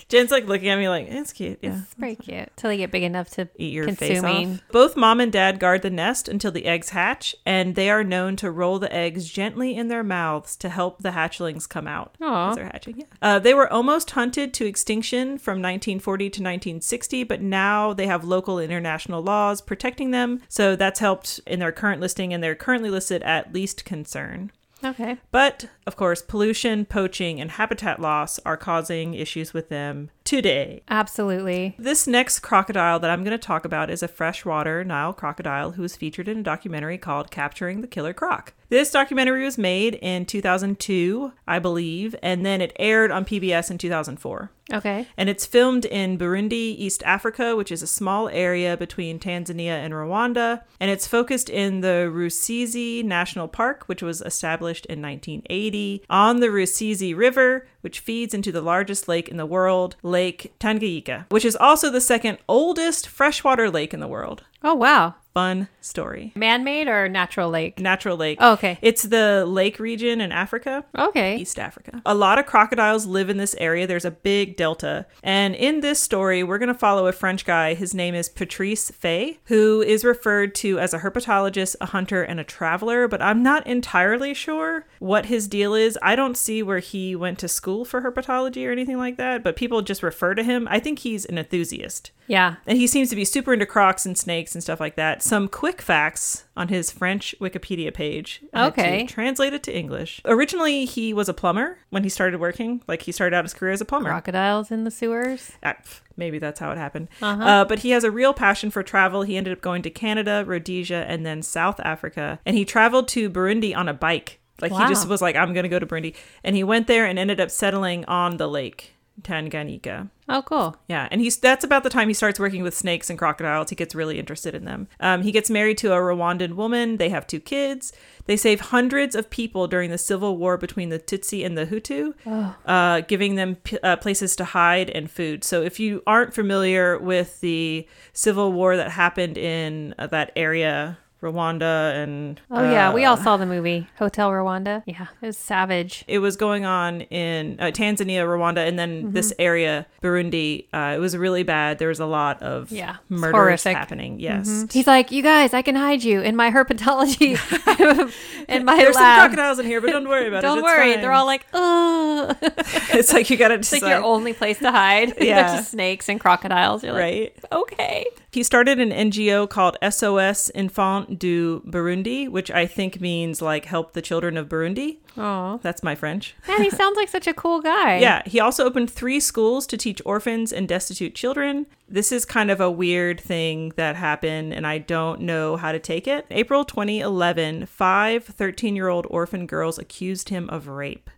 S2: Jen's like looking at me like it's cute. Yeah,
S1: It's pretty cute. Till they get big enough to
S2: eat your
S1: consuming.
S2: face off. Both mom and dad guard the nest until the eggs hatch, and they are known to roll the eggs gently in their mouths to help the hatchlings come out
S1: Aw.
S2: as they're hatching. Yeah. Uh, they were almost hunted to extinction from 1940 to 1960, but now they have local and international laws protecting them, so that's helped in their current listing, and they're currently listed at least concern.
S1: Okay.
S2: But of course, pollution, poaching, and habitat loss are causing issues with them today.
S1: Absolutely.
S2: This next crocodile that I'm going to talk about is a freshwater Nile crocodile who was featured in a documentary called Capturing the Killer Croc. This documentary was made in 2002, I believe, and then it aired on PBS in 2004.
S1: Okay.
S2: And it's filmed in Burundi, East Africa, which is a small area between Tanzania and Rwanda. And it's focused in the Rusizi National Park, which was established in 1980, on the Rusizi River, which feeds into the largest lake in the world, Lake Tanganyika, which is also the second oldest freshwater lake in the world.
S1: Oh wow.
S2: Fun story.
S1: Man made or natural lake?
S2: Natural lake.
S1: Oh, okay.
S2: It's the lake region in Africa.
S1: Okay.
S2: East Africa. A lot of crocodiles live in this area. There's a big delta. And in this story, we're going to follow a French guy. His name is Patrice Fay, who is referred to as a herpetologist, a hunter, and a traveler, but I'm not entirely sure what his deal is. I don't see where he went to school for herpetology or anything like that, but people just refer to him. I think he's an enthusiast.
S1: Yeah.
S2: And he seems to be super into crocs and snakes and stuff like that. got some quick facts on his French Wikipedia page. I had to
S1: Okay.
S2: Translate it to English. Originally, he was a plumber when he started working. Like, he started out his career as a plumber.
S1: Crocodiles in the sewers.
S2: Ah, pff, Maybe that's how it happened.
S1: Uh-huh.
S2: Uh, but he has a real passion for travel. He ended up going to Canada, Rhodesia, and then South Africa. And he traveled to Burundi on a bike. Like, he
S1: Wow.
S2: just was like, I'm going to go to Burundi. And he went there and ended up settling on the lake, Tanganyika.
S1: Oh, cool.
S2: Yeah, and he's that's about the time he starts working with snakes and crocodiles. He gets really interested in them. Um, he gets married to a Rwandan woman. They have two kids. They save hundreds of people during the civil war between the Tutsi and the Hutu, uh, giving them p- uh, places to hide and food. So if you aren't familiar with the civil war that happened in uh, that area, Rwanda and
S1: Oh yeah, we all
S2: uh,
S1: saw the movie Hotel Rwanda. Yeah, it was savage.
S2: it was going on in uh, Tanzania, Rwanda, and then
S1: Mm-hmm.
S2: this area, Burundi. Uh, it was really bad. There was a lot of
S1: Yeah, it's
S2: murders
S1: horrific. Mm-hmm.
S2: happening. Yes,
S1: He's like, you guys, I can hide you in my herpetology, in my
S2: there's some
S1: lab.
S2: crocodiles in here, but don't worry about it.
S1: Don't
S2: It's
S1: worry,
S2: fine.
S1: they're all like, ugh. it's
S2: it's like you got to
S1: like
S2: decide,
S1: your only place to hide.
S2: Yeah.
S1: There's just snakes and crocodiles. You're like,
S2: right?
S1: okay.
S2: He started an NGO called SOS Enfant du Burundi, which I think means like help the children of Burundi.
S1: Oh
S2: That's my French.
S1: man, he sounds like such a cool guy.
S2: Yeah, he also opened three schools to teach orphans and destitute children. This is kind of a weird thing that happened, and I don't know how to take it. April 2011, five 13 year old orphan girls accused him of rape.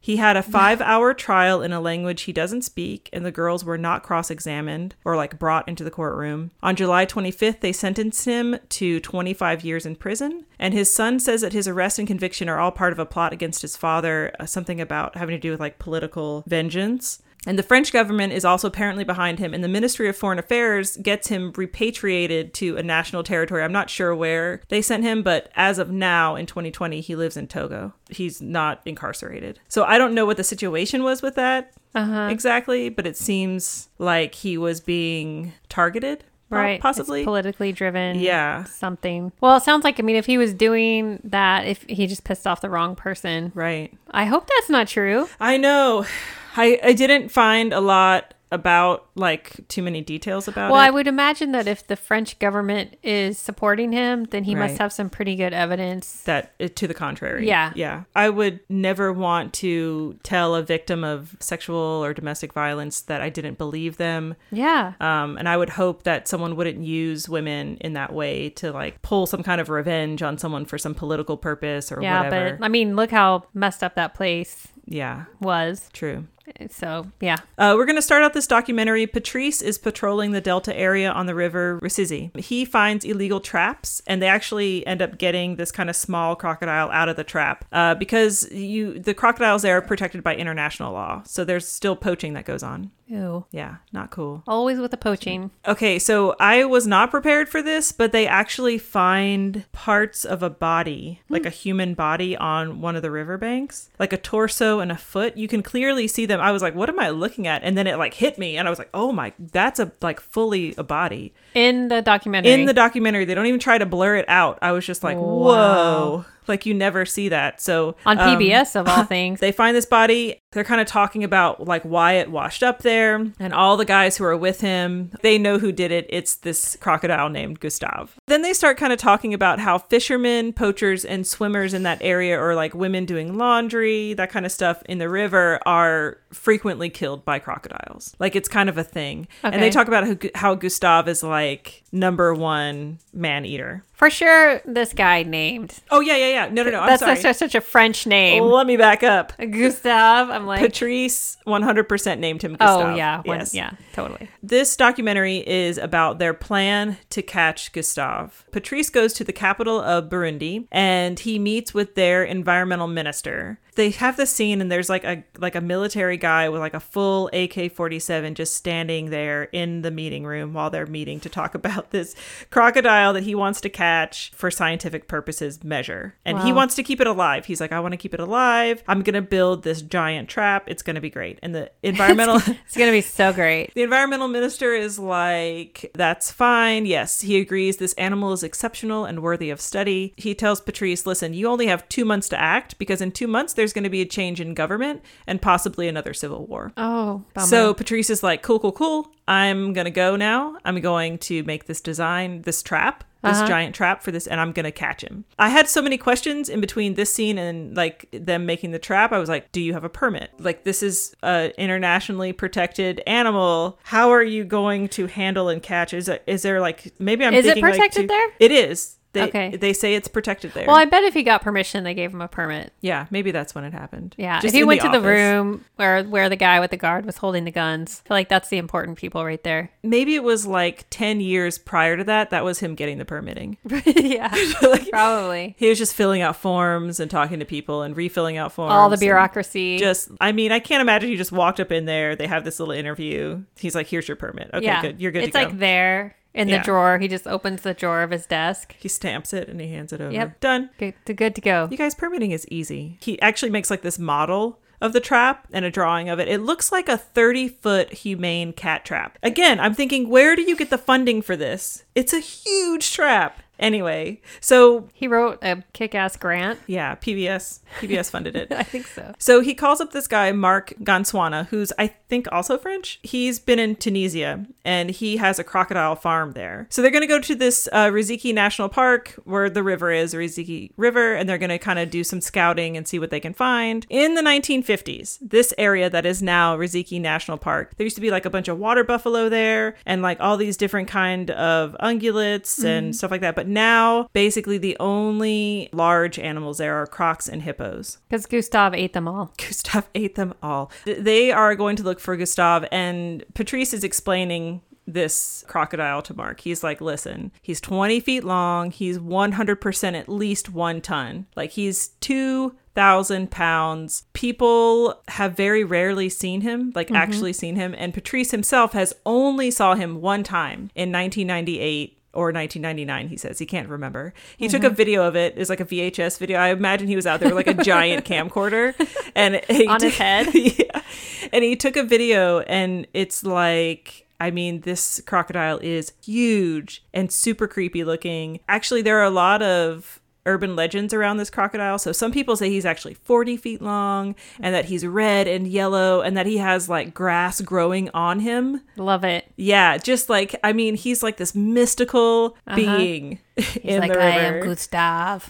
S2: he had a five hour trial in a language he doesn't speak, and the girls were not cross examined or like brought into the courtroom. On July 25th, they sentenced him to 25 years in prison, and his son says that his arrest and conviction are all part of a plot against his father, uh, something about having to do with like political vengeance. And the French government is also apparently behind him, and the Ministry of Foreign Affairs gets him repatriated to a national territory. I'm not sure where they sent him, but as of now in 2020, he lives in Togo. He's not incarcerated. So I don't know what the situation was with that
S1: Uh-huh.
S2: exactly, but it seems like he was being targeted, po-
S1: Right. It's
S2: possibly.
S1: politically driven.
S2: Yeah.
S1: Something. Well, it sounds like, I mean, if he was doing that, if he just pissed off the wrong person.
S2: right.
S1: I hope that's not true.
S2: I know. I, I didn't find a lot about like too many details about
S1: Well,
S2: it.
S1: I would imagine that if the French government is supporting him, then he must
S2: Right.
S1: have some pretty good evidence.
S2: that uh, to the contrary.
S1: Yeah.
S2: Yeah. I would never want to tell a victim of sexual or domestic violence that I didn't believe them.
S1: Yeah.
S2: Um, and I would hope that someone wouldn't use women in that way to like pull some kind of revenge on someone for some political purpose or
S1: Yeah,
S2: whatever.
S1: but I mean, look how messed up that place
S2: yeah,
S1: was.
S2: true.
S1: So, yeah.
S2: Uh, we're going to start out this documentary. Patrice is patrolling the Delta area on the river Rusizi. He finds illegal traps, and they actually end up getting this kind of small crocodile out of the trap uh, because you the crocodiles there are protected by international law. So there's still poaching that goes on.
S1: Ew.
S2: Yeah, not cool.
S1: Always with the poaching.
S2: Okay, so I was not prepared for this, but they actually find parts of a body, like a human body, on one of the riverbanks, like a torso and a foot. You can clearly see them. I was like, what am I looking at? And then it like hit me, and I was like, oh my, that's a like fully a body.
S1: In the documentary.
S2: In the documentary, they don't even try to blur it out. I was just like, whoa. Like you never see that. So
S1: on
S2: um,
S1: PBS, of all things.
S2: they find this body. They're kind of talking about like why it washed up there and all the guys who are with him. They know who did it. It's this crocodile named Gustav. Then they start kind of talking about how fishermen, poachers, and swimmers in that area, or like women doing laundry, that kind of stuff in the river, are frequently killed by crocodiles. Like it's kind of a thing. And they
S1: Okay.
S2: talk about how, Gu- how Gustav is like number one man eater.
S1: For sure, this guy named.
S2: Oh, yeah, yeah, yeah. No, no, no. I'm
S1: That's
S2: sorry. Oh.
S1: such, such a French name.
S2: Let me back up.
S1: Gustav. I'm like,
S2: Patrice 100% named him
S1: oh,
S2: Gustav.
S1: yeah. One,
S2: Yes.
S1: Yeah, totally.
S2: This documentary is about their plan to catch Gustav. Patrice goes to the capital of Burundi and he meets with their environmental minister. They have the scene and there's like a like a military guy with like a full AK-47 just standing there in the meeting room while they're meeting to talk about this crocodile that he wants to catch for scientific purposes measure. And he
S1: Wow.
S2: wants to keep it alive. He's like I want to keep it alive. I'm going to build this giant trap. It's going to be great. And the environmental
S1: It's going to be so great.
S2: the environmental minister is like, that's fine. Yes, he agrees this animal is exceptional and worthy of study. He tells Patrice, listen, you only have two months to act because in two months there's going to be a change in government and possibly another civil war.
S1: Oh, bummer.
S2: So Patrice is like, cool, cool, cool. I'm going to go now. I'm going to make this design, this trap. this
S1: Uh-huh.
S2: giant trap for this, and I'm gonna catch him. I had so many questions in between this scene and like them making the trap. I was like, do you have a permit? Like this is a internationally protected animal. How are you going to handle and catch? Is there, is there like maybe I'm
S1: Is it
S2: thinking, like,
S1: protected
S2: too-
S1: there?
S2: It is. They,
S1: Okay.
S2: They say it's protected there.
S1: Well, I bet if he got permission, they gave him a permit.
S2: yeah, maybe that's when it happened.
S1: Yeah, if
S2: Just
S1: he
S2: in
S1: went to the
S2: office.
S1: room where where the guy with the guard was holding the guns, I feel like that's the important people right there.
S2: maybe it was like 10 years prior to that that was him getting the permitting
S1: yeah,
S2: Like,
S1: probably
S2: he was just filling out forms and talking to people and refilling out forms
S1: all the
S2: and
S1: bureaucracy.
S2: just i mean i can't imagine he just walked up in there they have this little interview he's like here's your permit okay
S1: yeah,
S2: good you're good
S1: It's
S2: to
S1: like
S2: go
S1: there in the
S2: Yeah.
S1: drawer. He just opens the drawer of his desk.
S2: he stamps it and he hands it over
S1: Yep.
S2: done
S1: Good to, good to go.
S2: you guys permitting is easy he actually makes like this model of the trap and a drawing of it it looks like a 30 foot humane cat trap again i'm thinking where do you get the funding for this it's a huge trap anyway so
S1: He wrote a kick-ass grant.
S2: Yeah, PBS PBS funded it.
S1: I think so.
S2: So he calls up this guy Mark Gonsuana, who's I think also French. He's been in Tunisia and he has a crocodile farm there. So they're going to go to this uh, Riziki National Park where the river is, Riziki River, and they're going to kind of do some scouting and see what they can find. In the 1950s, this area that is now Riziki National Park, there used to be like a bunch of water buffalo there and like all these different kind of ungulates and stuff like that. But now basically the only large animals there are crocs and hippos.
S1: Because Gustav ate them all.
S2: Gustav ate them all. Th- They are going to look for Gustav, and Patrice is explaining this crocodile to Mark. He's like, listen, he's 20 feet long. He's 100% at least one ton. Like, he's 2,000 pounds. People have very rarely seen him, like, actually seen him. And Patrice himself has only saw him one time in 1998 or 1999 he says he can't remember he
S1: Mm-hmm.
S2: took a video of it it's like a vhs video i imagine he was out there with like a giant camcorder and he
S1: On his
S2: took-
S1: head.
S2: yeah. and he took a video and it's like I mean, this crocodile is huge and super creepy looking. Actually, there are a lot of urban legends around this crocodile. So some people say he's actually 40 feet long and that he's red and yellow and that he has like grass growing on him.
S1: Love it.
S2: Yeah, just like I mean, he's like this mystical being
S1: Uh-huh. He's
S2: in
S1: like,
S2: the river.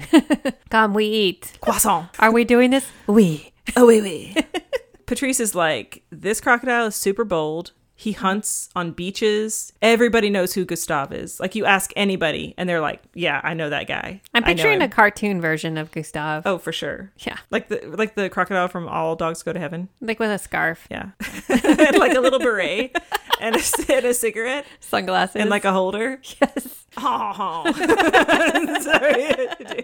S1: I am Gustav. Come, we eat.
S2: Croissant.
S1: Are we doing this?
S2: Oui. Oh, oui, oui. Patrice is like, this crocodile is super bold. He
S1: Mm-hmm.
S2: hunts on beaches. Everybody knows who Gustav is. Like, you ask anybody, and they're like, yeah, I know that guy.
S1: I'm
S2: I know
S1: picturing a
S2: him."
S1: cartoon version of Gustav.
S2: Oh, for sure.
S1: Yeah.
S2: Like the like the crocodile from All Dogs Go to Heaven.
S1: Like with a scarf,
S2: Yeah. and like a little beret and a, and a cigarette
S1: sunglasses.
S2: and like a holder.
S1: yes.
S2: Oh. Sorry.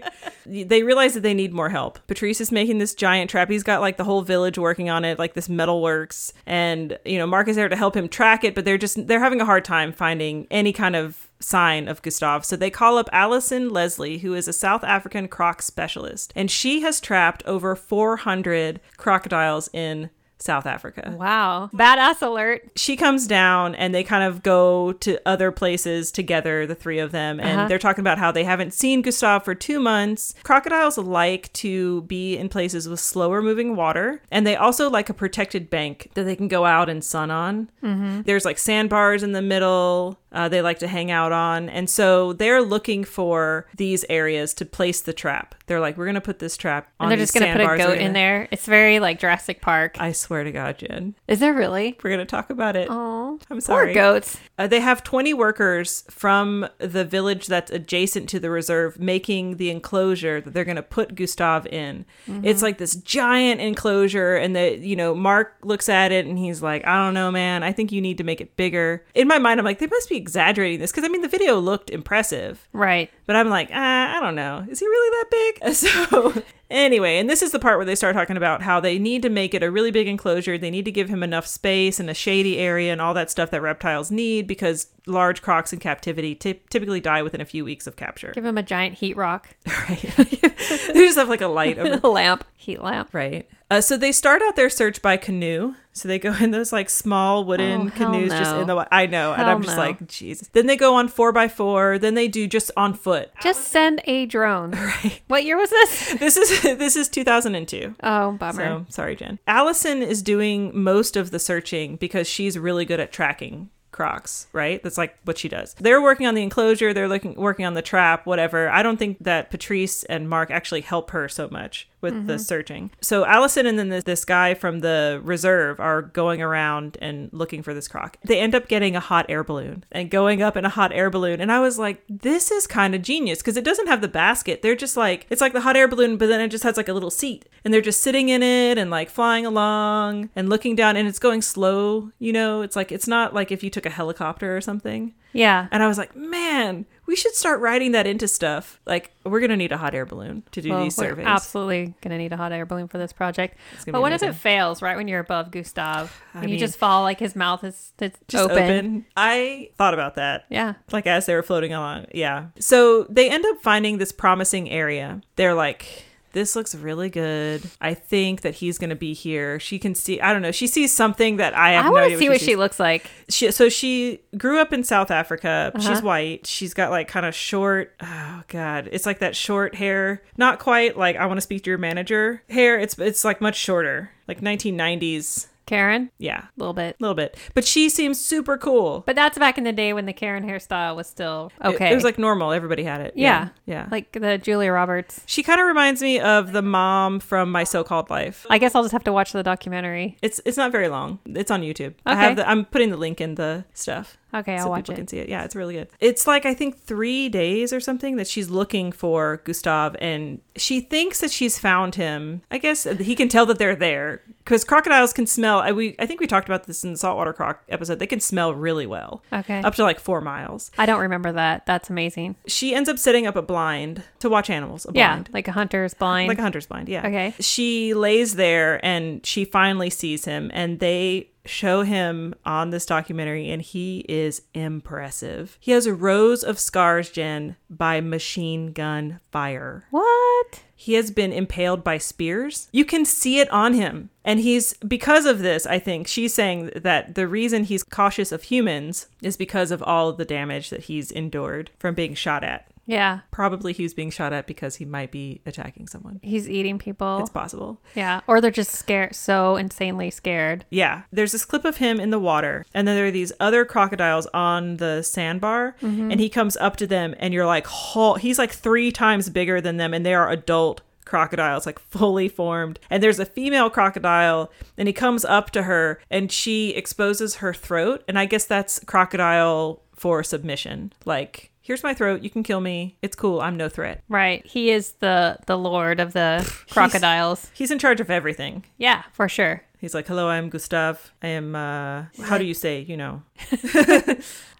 S2: they realize that they need more help. Patrice is making this giant trap. He's got like the whole village working on it, like this metal works. And, you know, Mark is there to help him track it, but they're just, they're having a hard time finding any kind of sign of Gustav. So they call up Allison Leslie, who is a South African croc specialist. And she has trapped over 400 crocodiles in South Africa
S1: Wow. Badass alert.
S2: she comes down and they kind of go to other places together, the three of them, and
S1: Uh-huh.
S2: they're talking about how they haven't seen Gustav for two months. Crocodiles like to be in places with slower moving water, and they also like a protected bank that they can go out and sun on.
S1: Mm-hmm.
S2: There's like sandbars in the middle uh, they like to hang out on. And so they're looking for these areas to place the trap. They're like, we're going to put this trap on
S1: And they're
S2: these
S1: just going to put a
S2: sandbars. We're
S1: goat in
S2: gonna-"
S1: there. It's very like Jurassic Park.
S2: I swear to God, Jen.
S1: Is there really?
S2: We're going to talk about it.
S1: Oh.
S2: I'm
S1: Poor
S2: sorry.
S1: goats.
S2: Uh, they have 20 workers from the village that's adjacent to the reserve making the enclosure that they're going to put Gustav in. It's like this giant enclosure, and the you know Mark looks at it and he's like, I don't know, man. I think you need to make it bigger. In my mind, I'm like, they must be exaggerating this because I mean the video looked impressive.
S1: Right.
S2: But I'm like, ah, I don't know. Is he really that big? So, anyway, and this is the part where they start talking about how they need to make it a really big enclosure. They need to give him enough space and a shady area and all that stuff that reptiles need because large crocs in captivity ty- typically die within a few weeks of capture.
S1: Give him a giant heat rock.
S2: Right. they just have like a light over
S1: a lamp. Heat lamp.
S2: Right. Uh, so they start out their search by canoe. So they go in those like small
S1: Oh,
S2: wooden
S1: hell
S2: canoes just
S1: no.
S2: in the wa- I know, and
S1: Hell
S2: I'm just
S1: no.
S2: like, Jesus. Then they go on four by four. Then they do just on foot.
S1: Just send a drone. Right. What year was this?
S2: This is this is 2002.
S1: Oh, bummer.
S2: So sorry, Jen. Allison is doing most of the searching because she's really good at tracking Crocs, right? That's like what she does. They're working on the enclosure, they're looking working on the trap, whatever. I don't think that Patrice and Mark actually help her so much with the searching. So Allison and then this, this guy from the reserve are going around and looking for this croc. They end up getting a hot air balloon and going up in a hot air balloon. And I was like, this is kind of genius because it doesn't have the basket. They're just like, it's like the hot air balloon, but then it just has like a little seat and they're just sitting in it and like flying along and looking down and it's going slow. You know, it's like, it's not like if you took a helicopter or something.
S1: Yeah.
S2: And I was like, man, we should start writing that into stuff. Like, we're going to need a hot air balloon to do
S1: Well,
S2: these
S1: we're
S2: surveys.
S1: absolutely gonna need a hot air balloon for this project.
S2: gonna
S1: But
S2: be
S1: what if
S2: amazing.
S1: it fails right when you're above Gustav? And you
S2: mean-
S1: just fall like his mouth is it's
S2: Just
S1: open.
S2: open. I thought about that.
S1: Yeah.
S2: like as they were floating along. Yeah. So they end up finding this promising area. They're like, this looks really good. I think that he's going to be here. She can see, I don't know, she sees something that I
S1: I
S2: have no
S1: want
S2: idea
S1: to see what
S2: she
S1: she looks like.
S2: she so she grew up in South Africa. She's
S1: Uh-huh.
S2: white. She's got like kind of short. Oh god, it's like that short hair. Not quite like I want to speak to your manager hair. It's it's like much shorter, like 1990s.
S1: Karen,
S2: Yeah,
S1: a little bit.
S2: a little bit. But she seems super cool.
S1: But that's back in the day when the Karen hairstyle was still
S2: It-
S1: okay.
S2: it, was like normal. Everybody had it.
S1: Yeah.
S2: yeah.
S1: like the Julia Roberts.
S2: She kind of reminds me of the mom from My So-Called Life.
S1: I guess I'll just have to watch the documentary.
S2: It's it's not very long. It's on YouTube. I
S1: Okay.
S2: have the, I'm putting the link in the stuff
S1: Okay, I'll
S2: so
S1: watch
S2: people can
S1: it.
S2: see it. Yeah, it's really good. It's like I think 3 days or something that she's looking for Gustav and she thinks that she's found him. I guess he can tell that they're there cuz crocodiles can smell. I we I think we talked about this in the saltwater croc episode. They can smell really well.
S1: Okay.
S2: Up to like 4 miles.
S1: I don't remember that. That's amazing.
S2: She ends up setting up a blind to watch animals, a blind.
S1: Yeah, like a hunter's blind.
S2: Like a hunter's blind, yeah.
S1: Okay.
S2: She lays there and she finally sees him, and they show him on this documentary, and he is impressive. He has rows of scars, Jen, by machine gun fire.
S1: what?
S2: He has been impaled by spears. You can see it on him. And he's, because of this, I think she's saying that the reason he's cautious of humans is because of all the damage that he's endured from being shot at.
S1: Yeah,
S2: Probably he was being shot at because he might be attacking someone.
S1: he's eating people.
S2: It's possible.
S1: yeah, or they're just scared, so insanely scared.
S2: Yeah. There's this clip of him in the water, and then there are these other crocodiles on the sandbar, and he comes up to them, and you're like, "Hol-" he's like three times bigger than them, and they are adult crocodiles, like fully formed. And there's a female crocodile, and he comes up to her, and she exposes her throat, and I guess that's crocodile for submission. Like, here's my throat, you can kill me, it's cool, I'm no threat.
S1: Right. He is the the lord of the crocodiles.
S2: He's in charge of everything.
S1: Yeah, for sure.
S2: He's like, "Hello, I'm Gustav. I am. uh How do you say? You know,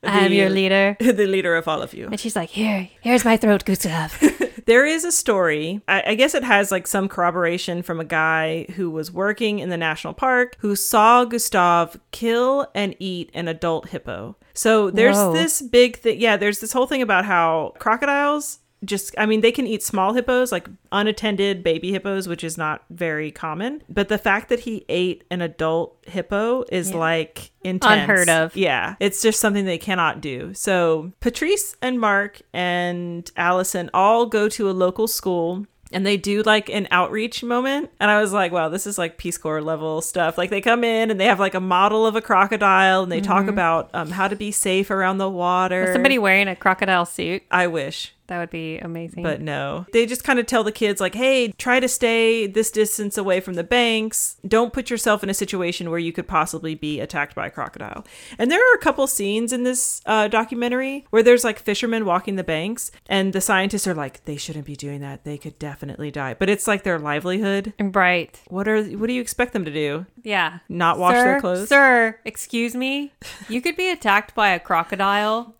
S1: I am
S2: The-
S1: your leader.
S2: the leader of all of you."
S1: And she's like, here, here's my throat, Gustav.
S2: There is a story. I, I guess it has like some corroboration from a guy who was working in the national park who saw Gustav kill and eat an adult hippo. So there's
S1: Whoa.
S2: this big thing. Yeah, there's this whole thing about how crocodiles just, I mean, they can eat small hippos, like unattended baby hippos, which is not very common. But the fact that he ate an adult hippo is like intense.
S1: Unheard of.
S2: Yeah, it's just something they cannot do. So Patrice and Mark and Allison all go to a local school and they do like an outreach moment. And I was like, wow, this is like Peace Corps level stuff. Like they come in and they have like a model of a crocodile and they talk about um, how to be safe around the water.
S1: Somebody wearing a crocodile suit.
S2: I wish.
S1: That would be amazing.
S2: But no, they just kind of tell the kids, like, hey, try to stay this distance away from the banks. Don't put yourself in a situation where you could possibly be attacked by a crocodile. And there are a couple scenes in this uh, documentary where there's like fishermen walking the banks, and the scientists are like, they shouldn't be doing that. They could definitely die. But it's like their livelihood.
S1: and bright.
S2: What are what do you expect them to do?
S1: Yeah.
S2: Not wash
S1: sir,
S2: their clothes?
S1: Sir, excuse me. You could be attacked by a crocodile.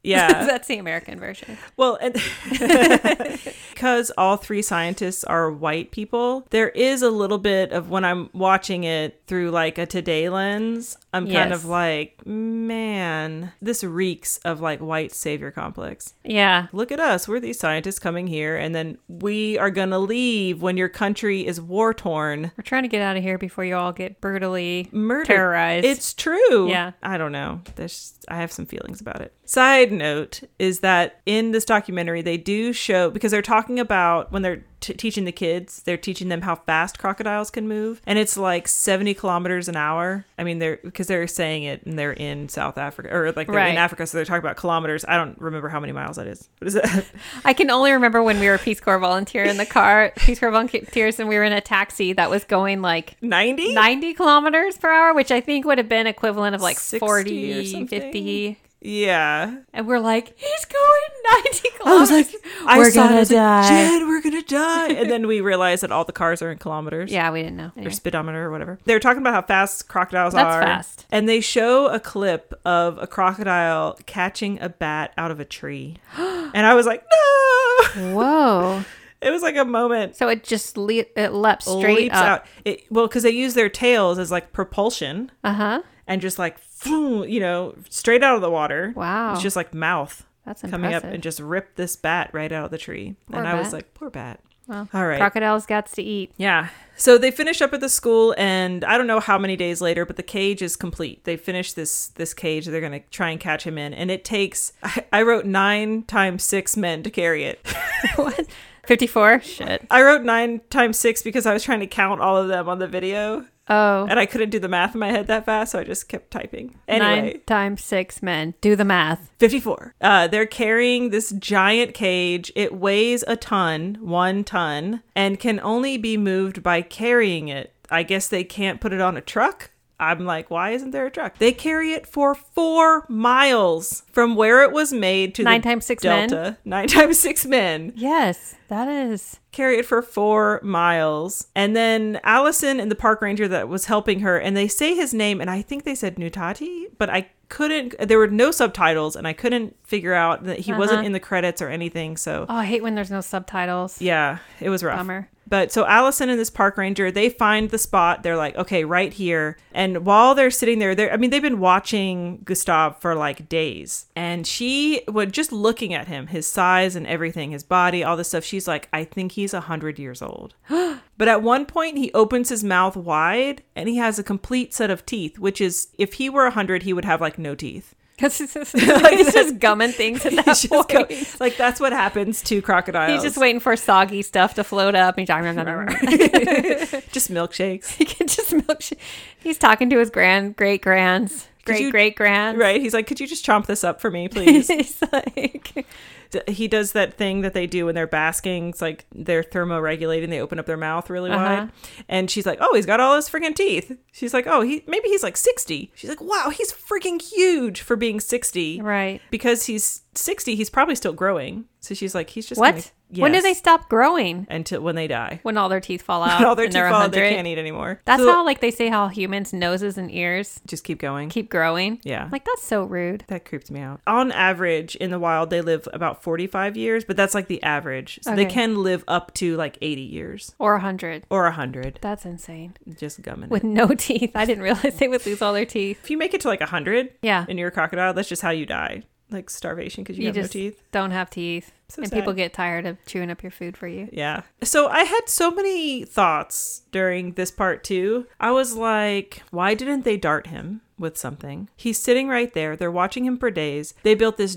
S2: Yeah.
S1: That's the American version.
S2: Well, and because all three scientists are white people, there is a little bit of when I'm watching it through like a today lens, I'm kind
S1: Yes.
S2: of like, man, this reeks of like white savior complex.
S1: Yeah.
S2: Look at us, we're these scientists coming here, and then we are gonna leave when your country is war torn.
S1: We're trying to get out of here before you all get brutally
S2: Murder.
S1: terrorized.
S2: It's true.
S1: Yeah.
S2: I don't know. There's I have some feelings about it. Side note is that in this documentary they do show because they're talking about when they're t- teaching the kids, they're teaching them how fast crocodiles can move, and it's like seventy kilometers an hour. I mean, they're because they're saying it and they're in South Africa or like they're
S1: Right.
S2: in Africa, so they're talking about kilometers. I don't remember how many miles that is. What is that?
S1: I can only remember when we were a Peace Corps volunteer in the car, Peace Corps volunteers, and we were in a taxi that was going like
S2: Ninety?
S1: 90 kilometers per hour, which I think would have been equivalent of like
S2: 60 or
S1: 40,
S2: something.
S1: 50.
S2: Yeah.
S1: And we're like, he's going 90 kilometers.
S2: I was like, I
S1: We're
S2: saw it, I
S1: gonna
S2: was like,
S1: die.
S2: Jed, we're gonna die. And then we realized that all the cars are in kilometers.
S1: yeah, we didn't know.
S2: Or
S1: Anyway.
S2: speedometer or whatever. They're talking about how fast crocodiles
S1: That's
S2: are.
S1: fast.
S2: And they show a clip of a crocodile catching a bat out of a tree. and I was like, no.
S1: Whoa.
S2: It was like a moment.
S1: So it just le- it leapt straight
S2: leaps
S1: up.
S2: out. It, well, because they use their tails as like propulsion
S1: Uh huh.
S2: and just like, phoom, you know, straight out of the water.
S1: Wow.
S2: It's just like mouth
S1: That's
S2: coming
S1: impressive.
S2: up and just ripped this bat right out of the tree.
S1: Poor
S2: and I was
S1: bat.
S2: like, poor bat.
S1: Well,
S2: All right.
S1: Crocodiles got to eat.
S2: Yeah. So they finish up at the school and I don't know how many days later, but the cage is complete. They finish this this cage, they're gonna try and catch him in. And it takes I, I wrote nine times six men to carry it.
S1: what? 54? Shit.
S2: I wrote nine times six because I was trying to count all of them on the video
S1: Oh,
S2: and I couldn't do the math in my head that fast, so I just kept typing. Anyway.
S1: nine times six men. Do the math.
S2: 54. Uh, they're carrying this giant cage. It weighs a ton, one ton, and can only be moved by carrying it. I guess they can't put it on a truck. I'm like, why isn't there a truck? They carry it for four miles from where it was made to
S1: Nine
S2: the
S1: times six men?
S2: Delta. Nine times six men
S1: Yes, that is.
S2: carry it for four miles. And then Allison and the park ranger that was helping her, and they say his name, and I think they said Nutati, but I couldn't, there were no subtitles, and I couldn't figure out that he wasn't in the credits or anything. So,
S1: Oh, I hate when there's no subtitles.
S2: yeah, it was rough.
S1: Bummer.
S2: But so Allison and this park ranger, they find the spot. They're like, okay, right here. And while they're sitting there, they're, I mean, they've been watching Gustav for like days. And she would just looking at him, his size and everything, his body, all this stuff. She's like, I think he's 100 years old. but at one point, he opens his mouth wide and he has a complete set of teeth, which is if he were 100, he would have like no teeth.
S1: Because he's just, he's just gumming things at that
S2: He's just
S1: point.
S2: go- like that's what happens to crocodiles.
S1: He's just waiting for soggy stuff to float up. And he's talking
S2: just milkshakes.
S1: he can just milkshake. He's talking to his grand, great grands,
S2: Could you-
S1: great great grands.
S2: Right. He's like, could you just chomp this up for me, please?
S1: He's like,
S2: d- he does that thing that they do when they're basking. It's like they're thermoregulating. They open up their mouth really
S1: Uh-huh.
S2: wide. And she's like, oh, he's got all his freaking teeth. She's like, oh, he maybe he's like 60. She's like, wow, he's freaking huge for being 60.
S1: right?
S2: Because he's 60, he's probably still growing. So she's like, he's just
S1: What?
S2: gonna-
S1: When do they
S2: Yes.
S1: stop growing?
S2: Until when they die.
S1: When all their teeth fall out.
S2: all their
S1: and
S2: teeth
S1: they're
S2: fall out, they
S1: 100?
S2: can't eat anymore.
S1: That's
S2: So
S1: how like they say how humans' noses and ears
S2: just keep going.
S1: keep growing.
S2: yeah.
S1: Like that's so rude.
S2: That creeps me out. On average, in the wild, they live about 45 years, but that's like the average. So they
S1: Okay.
S2: can live up to like 80 years
S1: Or a hundred.
S2: or 100,
S1: That's insane.
S2: just gumming.
S1: With
S2: it.
S1: no teeth, I didn't realize they would lose all their teeth.
S2: If you make it to like 100
S1: Yeah.
S2: and you're a crocodile, that's just how you die. Like starvation because you,
S1: You
S2: have
S1: just-
S2: no teeth.
S1: Don't have teeth,
S2: So
S1: and
S2: sad.
S1: people get tired of chewing up your food for you.
S2: Yeah. So I had so many thoughts during this part too. I was like, why didn't they dart him with something? He's sitting right there. They're watching him for days. They built this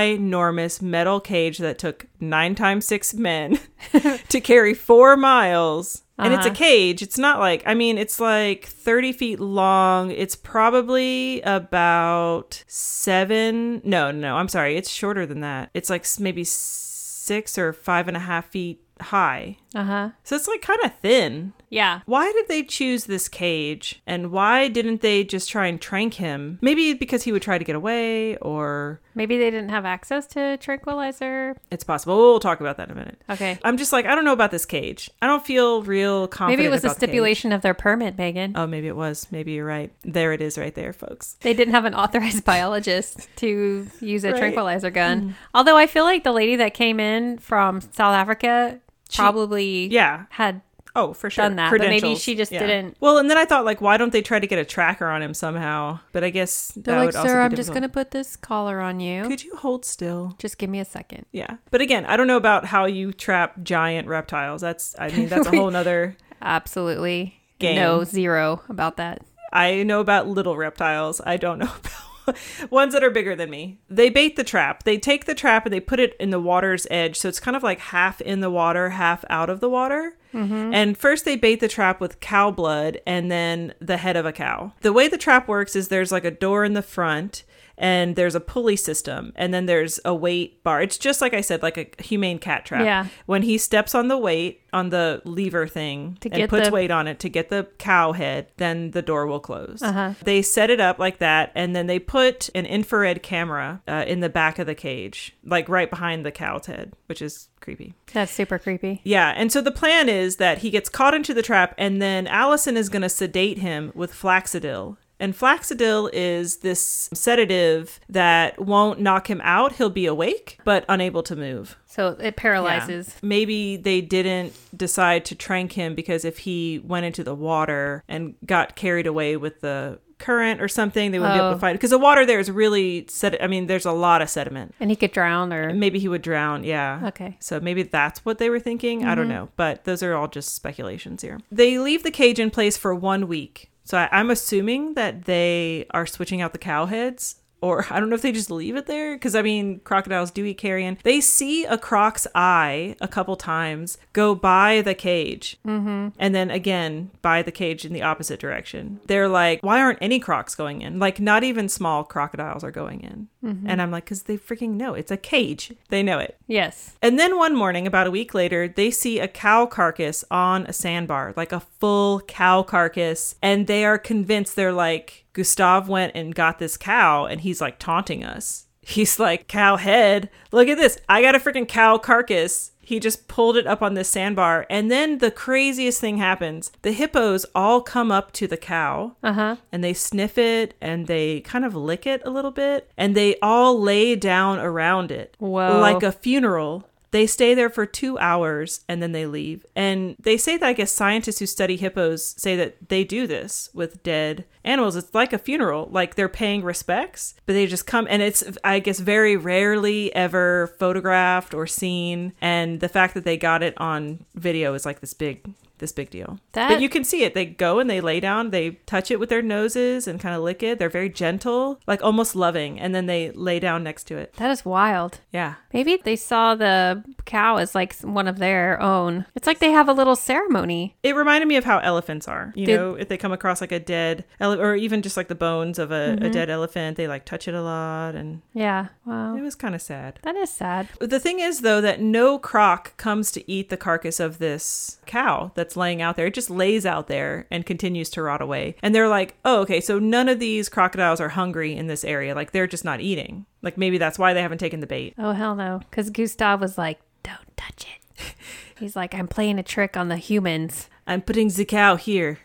S2: ginormous metal cage that took nine times six men to carry four miles. And it's a
S1: Uh-huh.
S2: cage. It's not like, I mean, it's like 30 feet long. It's probably about seven. No, no, I'm sorry. It's shorter than that. It's like s- maybe six or five and a half feet high.
S1: Uh huh.
S2: So it's like kind of thin.
S1: Yeah.
S2: Why did they choose this cage? And why didn't they just try and trank him? Maybe because he would try to get away, or
S1: Maybe they didn't have access to tranquilizer.
S2: it's possible. We'll talk about that in a minute.
S1: Okay.
S2: I'm just like, I don't know about this cage. I don't feel real confident.
S1: Maybe it was a
S2: about the cage.
S1: stipulation of their permit, Megan.
S2: Oh, maybe it was. Maybe you're right. There it is right there, folks.
S1: They didn't have an authorized biologist to use a
S2: Right. Mm.
S1: tranquilizer gun. Although I feel like the lady that came in from South Africa probably
S2: Yeah.
S1: had
S2: Oh, for sure.
S1: Done that, but maybe
S2: Credentials.
S1: she just
S2: Yeah.
S1: didn't-
S2: Well, and then I thought, like, why don't they try to get a tracker on him somehow? But I guess that
S1: they're like,
S2: would also
S1: sir,
S2: be
S1: I'm just
S2: difficult.
S1: gonna put this collar on you.
S2: Could you hold still?
S1: just give me a second.
S2: Yeah. But again, I don't know about how you trap giant reptiles. That's, I mean, that's a whole nother.
S1: Absolutely.
S2: Game.
S1: No zero about that.
S2: I know about little reptiles. I don't know about ones that are bigger than me. They bait the trap. They take the trap and they put it in the water's edge. So it's kind of like half in the water, half out of the water. And first they bait the trap with cow blood and then the head of a cow. The way the trap works is there's like a door in the front and there's a pulley system and then there's a weight bar. It's just like I said, like a humane cat trap.
S1: Yeah.
S2: When he steps on the weight on the lever thing
S1: To
S2: and
S1: get
S2: puts
S1: the-
S2: weight on it to get the cow head, then the door will close.
S1: Uh-huh.
S2: They set it up like that, and then they put an infrared camera uh, in the back of the cage, like right behind the cow's head, which is creepy.
S1: That's super creepy.
S2: Yeah, and so the plan is that he gets caught into the trap, and then Allison is going to sedate him with Flaxidil. And Flaxidil is this sedative that won't knock him out. He'll be awake, but unable to move.
S1: So it
S2: Yeah.
S1: paralyzes.
S2: Maybe they didn't decide to trank him because if he went into the water and got carried away with the current or something, they wouldn't be able
S1: Oh.
S2: to find because the water there is really sed- I mean, there's a lot of sediment.
S1: And he could drown or
S2: Maybe he would drown. Yeah.
S1: Okay.
S2: So maybe that's what they were thinking. I don't know, but those are all just speculations here. They leave the cage in place for one week. So I, I'm assuming that they are switching out the cow heads. Or I don't know if they just leave it there because I mean crocodiles do eat carrion. They see a croc's eye a couple times go by the cage, mm-hmm. and then again by the cage in the opposite direction. They're like, why aren't any crocs going in? Like not even small crocodiles are going in. And I'm like, because they freaking know it's a cage. They know it.
S1: yes.
S2: And then one morning, about a week later, they see a cow carcass on a sandbar, like a full cow carcass. And they are convinced they're like, Gustav went and got this cow, and he's like taunting us. He's like, cow head, look at this. I got a freaking cow carcass. He just pulled it up on this sandbar. And then the craziest thing happens the hippos all come up to the cow
S1: Uh-huh.
S2: and they sniff it and they kind of lick it a little bit and they all lay down around it
S1: Whoa.
S2: like a funeral. They stay there for two hours and then they leave. And they say that I guess scientists who study hippos say that they do this with dead animals. It's like a funeral, like they're paying respects, but they just come and it's, I guess, very rarely ever photographed or seen. And the fact that they got it on video is like this big. This big deal.
S1: That-
S2: but you can see it. They go and they lay down. They touch it with their noses and kind of lick it. They're very gentle, like almost loving. And then they lay down next to it.
S1: That is wild.
S2: Yeah.
S1: Maybe they saw the cow as like one of their own. It's like they have a little ceremony.
S2: It reminded me of how elephants are. You
S1: Did-
S2: know, if they come across like a dead ele- or even just like the bones of a, a dead elephant, they like touch it a lot and
S1: Yeah. Wow.
S2: it was kind of sad.
S1: That is sad.
S2: The thing is though that no croc comes to eat the carcass of this cow that's laying out there. It just lays out there and continues to rot away. And they're like, "Oh, okay, so none of these crocodiles are hungry in this area. Like they're just not eating. Like maybe that's why they haven't taken the bait."
S1: Oh, hell no. Because Gustav was like, don't touch it. He's like, I'm playing a trick on the humans.
S2: I'm putting the cow here.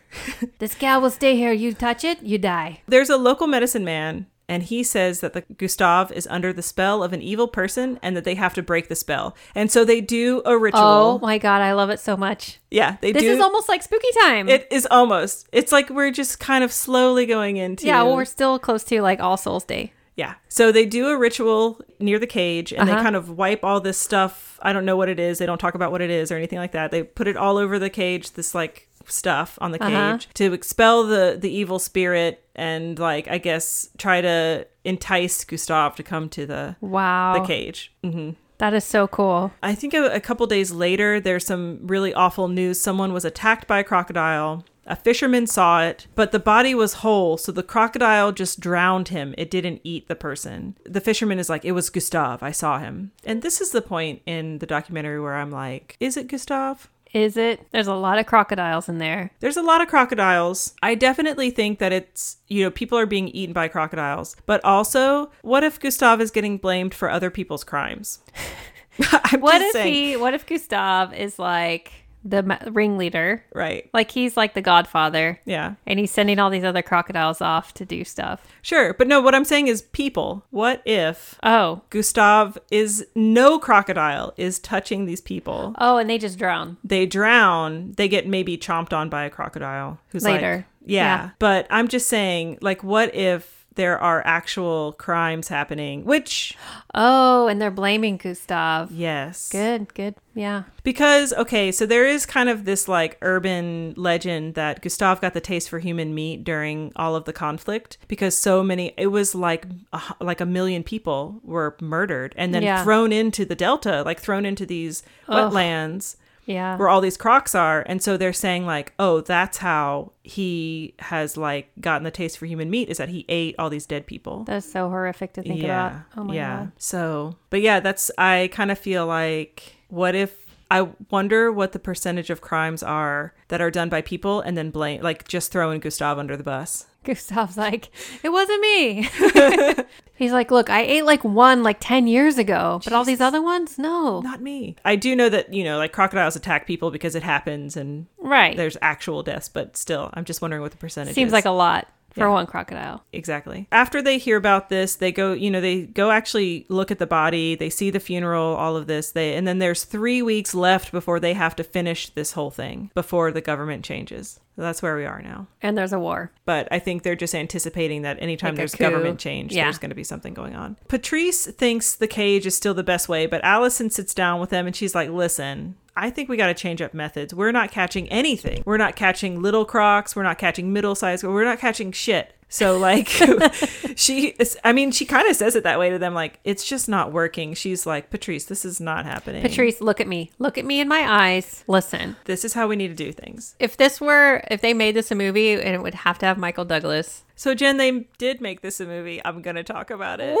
S1: This cow will stay here. You touch it, you die.
S2: There's a local medicine man, and he says that the Gustav is under the spell of an evil person and that they have to break the spell. And so they do a ritual.
S1: Oh my God. I love it so much.
S2: yeah, they
S1: This
S2: do.
S1: is almost like spooky time.
S2: it is almost. It's like we're just kind of slowly going into.
S1: yeah. Well, we're still close to like All Souls Day.
S2: Yeah. So they do a ritual near the cage and
S1: Uh-huh.
S2: they kind of wipe all this stuff. I don't know what it is. They don't talk about what it is or anything like that. They put it all over the cage, this like stuff on the
S1: Uh-huh.
S2: cage to expel the the evil spirit and like I guess try to entice Gustav to come to the
S1: Wow.
S2: the cage. hmm
S1: That is so cool.
S2: I think a, a couple days later, there's some really awful news. Someone was attacked by a crocodile. A fisherman saw it, but the body was whole, so the crocodile just drowned him. It didn't eat the person. The fisherman is like, It was Gustav. I saw him. And this is the point in the documentary where I'm like, Is it Gustav?
S1: Is it? There's a lot of crocodiles in there.
S2: There's a lot of crocodiles. I definitely think that it's, you know, people are being eaten by crocodiles. But also, what if Gustav is getting blamed for other people's crimes? I'm
S1: What
S2: just
S1: if
S2: saying.
S1: he? What if Gustav is like the ma- ringleader?
S2: Right.
S1: Like he's like the Godfather,
S2: Yeah.
S1: and he's sending all these other crocodiles off to do stuff.
S2: Sure, but no, what I'm saying is people. What if
S1: Oh,
S2: Gustav is no crocodile is touching these people?
S1: oh, and they just drown.
S2: They drown, they get maybe chomped on by a crocodile who's like-
S1: Later.
S2: yeah.
S1: Yeah.
S2: But I'm just saying, like, what if there are actual crimes happening, which,
S1: Oh, and they're blaming Gustav.
S2: yes.
S1: Good, good. Yeah.
S2: Because, okay, so there is kind of this like urban legend that Gustav got the taste for human meat during all of the conflict because so many, it was like a, hu- like a million people were murdered and then
S1: Yeah.
S2: thrown into the delta, like thrown into these
S1: Ugh.
S2: wetlands
S1: Yeah.
S2: where all these crocs are. And so they're saying, like, oh, that's how he has like gotten the taste for human meat is that he ate all these dead people
S1: That's so horrific to think about. Oh my
S2: yeah.
S1: god.
S2: So, but yeah, that's I kind of feel like what if I wonder what the percentage of crimes are that are done by people and then blame like just throwing Gustav under the bus.
S1: Gustav's like, it wasn't me. He's like, look, I ate like one like 10 years ago, but all these other ones? No.
S2: Not me. I do know that, you know, like crocodiles attack people because it happens and
S1: right.
S2: there's actual deaths, but still, I'm just wondering what the percentage
S1: Seems
S2: is.
S1: like a lot for
S2: Yeah.
S1: one crocodile.
S2: Exactly. After they hear about this, they go, you know, they go actually look at the body, they see the funeral, all of this. They and then there's 3 weeks left before they have to finish this whole thing before the government changes. So that's where we are now.
S1: And there's a war.
S2: But I think they're just anticipating that
S1: Like
S2: anytime
S1: a
S2: there's
S1: coup.
S2: government change,
S1: Yeah.
S2: there's going to be something going on. Patrice thinks the cage is still the best way, but Allison sits down with them and she's like, listen, I think we got to change up methods. We're not catching anything. We're not catching little crocs. We're not catching middle sized. We're not catching shit. So, like, she, is, I mean, she kind of says it that way to them, like, it's just not working. She's like, Patrice, this is not happening.
S1: Patrice, look at me. Look at me in my eyes. Listen.
S2: This is how we need to do things.
S1: If this were, if they made this a movie and it would have to have Michael Douglas.
S2: So, Jen, they did make this a movie. I'm going to talk about it.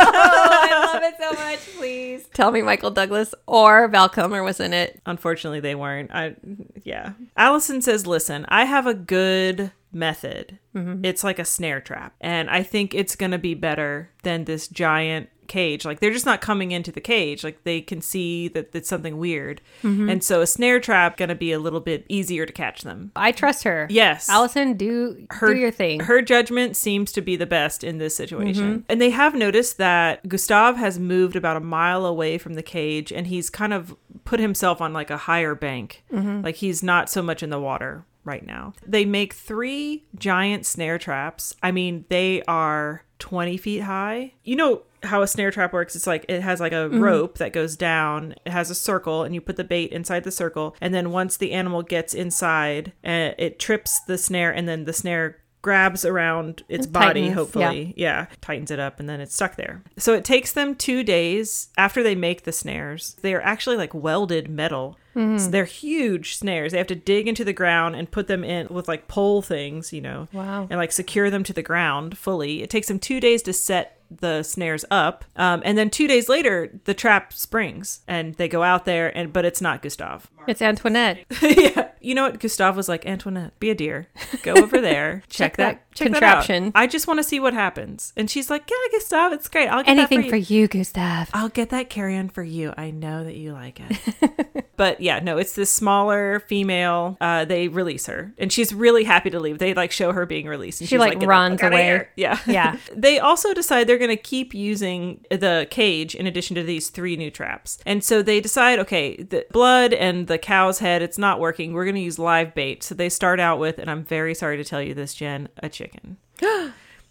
S1: I love it so much. Please tell me Michael Douglas or Val Kilmer was in it.
S2: Unfortunately, they weren't. I, yeah. Allison says, "Listen, I have a good method.
S1: Mm-hmm.
S2: It's like a snare trap, and I think it's gonna be better than this giant." cage like they're just not coming into the cage like they can see that it's something weird
S1: Mm-hmm.
S2: and so a snare trap gonna be a little bit easier to catch them
S1: I trust her.
S2: yes
S1: Allison, do
S2: her,
S1: do your thing.
S2: Her judgment seems to be the best in this situation. And they have noticed that Gustav has moved about a mile away from the cage and he's kind of put himself on like a higher bank. Like he's not so much in the water right now. They make three giant snare traps. I mean, they are 20 feet high. You know, how a snare trap works it's like it has like a rope that goes down it has a circle and you put the bait inside the circle and then once the animal gets inside uh, it trips the snare and then the snare grabs around its body
S1: tightens,
S2: hopefully yeah. tightens it up and then it's stuck there so it takes them two days after they make the snares they're actually like welded metal
S1: Mm-hmm.
S2: so they're huge snares they have to dig into the ground and put them in with like pole things you know
S1: Wow.
S2: and like secure them to the ground fully. It takes them two days to set the snares up, um, and then two days later, the trap springs, and they go out there, and but it's not Gustav.
S1: It's Antoinette.
S2: yeah, you know what? Gustav was like Antoinette, be a dear, go over there,
S1: Check
S2: check, that,
S1: that
S2: check that
S1: contraption."
S2: out. I just want to see what happens, and she's like, yeah, Gustav, it's great. I'll get that
S1: Anything
S2: you.
S1: for you, Gustav.
S2: I'll get that carry on for you. I know that you like it. but yeah, no, it's this smaller female. Uh, they release her, and she's really happy to leave. They like show her being released. And
S1: She,
S2: she's
S1: like,
S2: "Get the
S1: runs
S2: fuck outta
S1: away."
S2: here." Yeah,
S1: Yeah.
S2: they also decide they're going to keep using the cage in addition to these three new traps. And so they decide, okay, the blood and the cow's head, it's not working. We're going to use live bait. So they start out with, and I'm very sorry to tell you this, Jen, a chicken.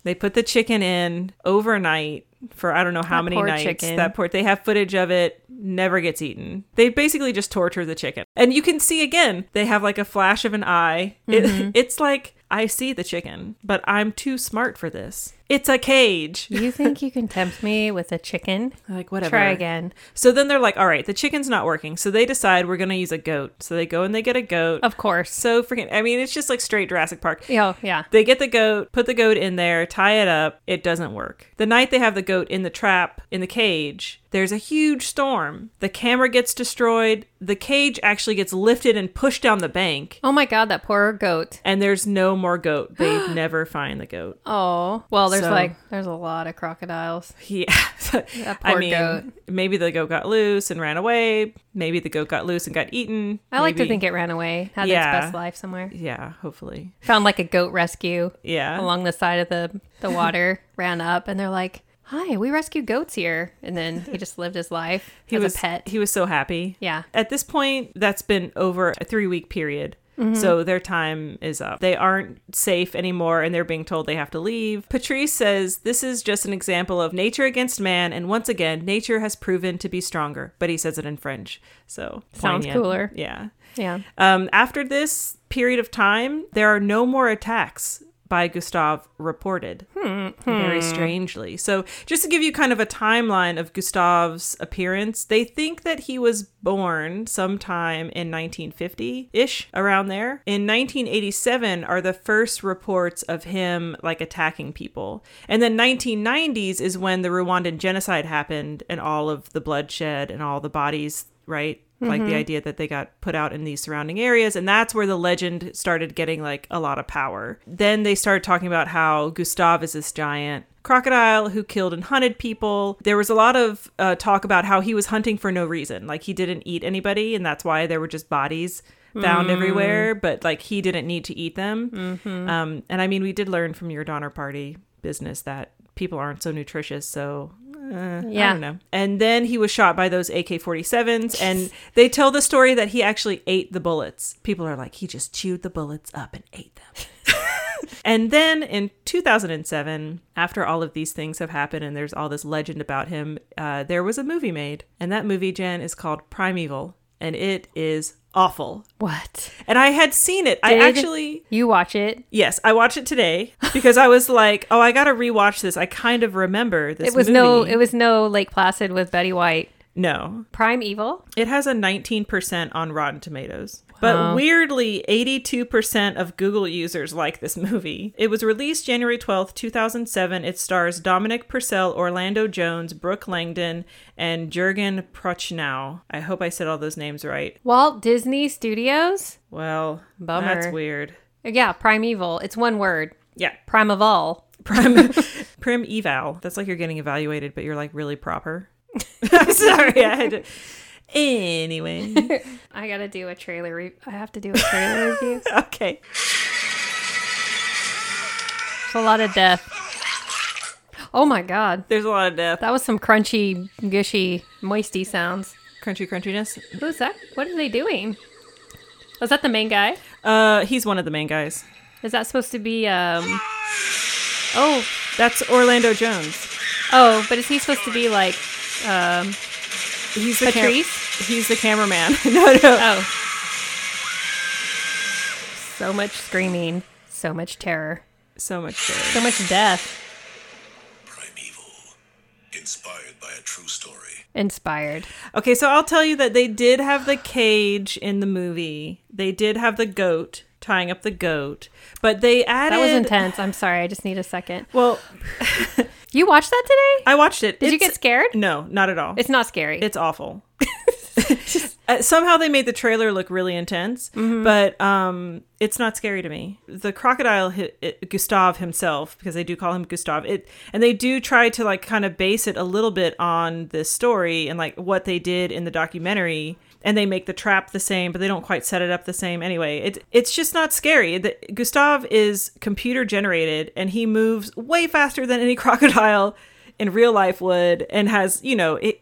S2: They put the chicken in overnight for I don't know how
S1: That
S2: many
S1: poor
S2: nights.
S1: chicken.
S2: That port they have footage of it never gets eaten. They basically just torture the chicken. And you can see again, they have like a flash of an eye. It- it's like I see the chicken, but I'm too smart for this. It's a cage.
S1: you think you can tempt me with a chicken?
S2: Like whatever.
S1: Try again.
S2: So then they're like, all right, the chicken's not working. So they decide we're gonna use a goat. So they go and they get a goat.
S1: Of course.
S2: so freaking I mean it's just like straight Jurassic Park.
S1: Yeah, yeah.
S2: They get the goat, put the goat in there, tie it up. It doesn't work. The night they have the goat in the trap, in the cage, there's a huge storm. The camera gets destroyed. The cage actually gets lifted and pushed down the bank.
S1: Oh my god, that poor goat.
S2: And there's no more goat. They never find the goat.
S1: Oh. Well, there's
S2: So-
S1: like there's a lot of crocodiles.
S2: Yeah. I
S1: poor
S2: mean,
S1: goat.
S2: maybe the goat got loose and ran away. Maybe the goat got loose and got eaten.
S1: I like to
S2: Maybe-
S1: think it ran away, had
S2: Yeah.
S1: its best life somewhere.
S2: Yeah, hopefully.
S1: Found like a goat rescue
S2: Yeah.
S1: along the side of the the water, ran up and they're like, "Hi, we rescue goats here." And then he just lived his life
S2: he
S1: as
S2: was
S1: a pet.
S2: He was so happy.
S1: Yeah.
S2: At this point, that's been over a three week period.
S1: Mm-hmm.
S2: So their time is up. They aren't safe anymore and they're being told they have to leave. Patrice says this is just an example of nature against man. And once again, nature has proven to be stronger. But he says it in French. So
S1: Sounds
S2: poignant.
S1: cooler.
S2: Yeah.
S1: Yeah.
S2: Um, after this period of time, there are no more attacks by Gustav reported. Very strangely. So, just to give you kind of a timeline of Gustav's appearance, they think that he was born sometime in 1950 ish, around there. In 1987 are the first reports of him like attacking people. And then 1990s is when the Rwandan genocide happened and all of the bloodshed and all the bodies right? Like the idea that they got put out in these surrounding areas. And that's where the legend started getting like a lot of power. Then they started talking about how Gustav is this giant crocodile who killed and hunted people. There was a lot of uh, talk about how he was hunting for no reason. Like he didn't eat anybody, and that's why there were just bodies found everywhere, but like he didn't need to eat them. Um, and I mean, we did learn from your Donner Party business that people aren't so nutritious. So uh, I
S1: Yeah.
S2: don't know. And then he was shot by those AK 47s. And they tell the story that he actually ate the bullets. People are like, he just chewed the bullets up and ate them. and then in 2007, after all of these things have happened and there's all this legend about him, uh, there was a movie made. And that movie, Jen, is called Primeval. And it is awful.
S1: What?
S2: And I had seen it. I
S1: Did-
S2: actually.
S1: You watch it.
S2: Yes, I watched it today because I was like, "Oh, I gotta rewatch this." I kind of remember this.
S1: It was no
S2: movie.
S1: it was no Lake Placid with Betty White.
S2: no.
S1: Prime Evil?
S2: It has a 19% on Rotten Tomatoes. But weirdly, 82% of Google users like this movie. It was released January 12th, 2007. It stars Dominic Purcell, Orlando Jones, Brooke Langdon, and Jurgen Prochnow. I hope I said all those names right.
S1: Walt Disney Studios?
S2: Well,
S1: Bummer.
S2: that's weird.
S1: Yeah, Primeval. It's one word.
S2: Yeah.
S1: Prime of all.
S2: Prim, prim eval. That's like you're getting evaluated, but you're like really proper. I'm sorry. I had to. Anyway.
S1: I gotta do a trailer. Re- I have to do a trailer review.
S2: Okay.
S1: It's a lot of death. Oh my god,
S2: There's a lot of death.
S1: that was some crunchy, gushy, moisty sounds.
S2: Crunchy crunchiness.
S1: Who's that? What are they doing? Was that the main guy?
S2: Uh, he's one of the main guys.
S1: Is that supposed to be um? Oh,
S2: That's Orlando Jones.
S1: oh, but is he supposed to be like um?
S2: He's the cam-
S1: Patrice?
S2: he's the cameraman. no, no.
S1: Oh, so much screaming, so much terror,
S2: so much better.
S1: so much death.
S3: Primeval, inspired by a true story.
S1: Inspired.
S2: Okay, so I'll tell you that they did have the cage in the movie. They did have the goat tying up the goat, but they added.
S1: That was intense. I'm sorry. I just need a second.
S2: Well,
S1: You watched that today?
S2: I watched it.
S1: Did you
S2: It's-
S1: get scared?
S2: No, not at all.
S1: It's not scary.
S2: It's awful. Uh, somehow they made the trailer look really intense,
S1: Mm-hmm.
S2: but um, it's not scary to me. The crocodile hi- it, Gustav himself, because they do call him Gustav, it and they do try to like kind of base it a little bit on this story and like what they did in the documentary. And they make the trap the same, but they don't quite set it up the same. Anyway, it it's just not scary. The, Gustav is computer generated, and he moves way faster than any crocodile in real life would, and has you know it.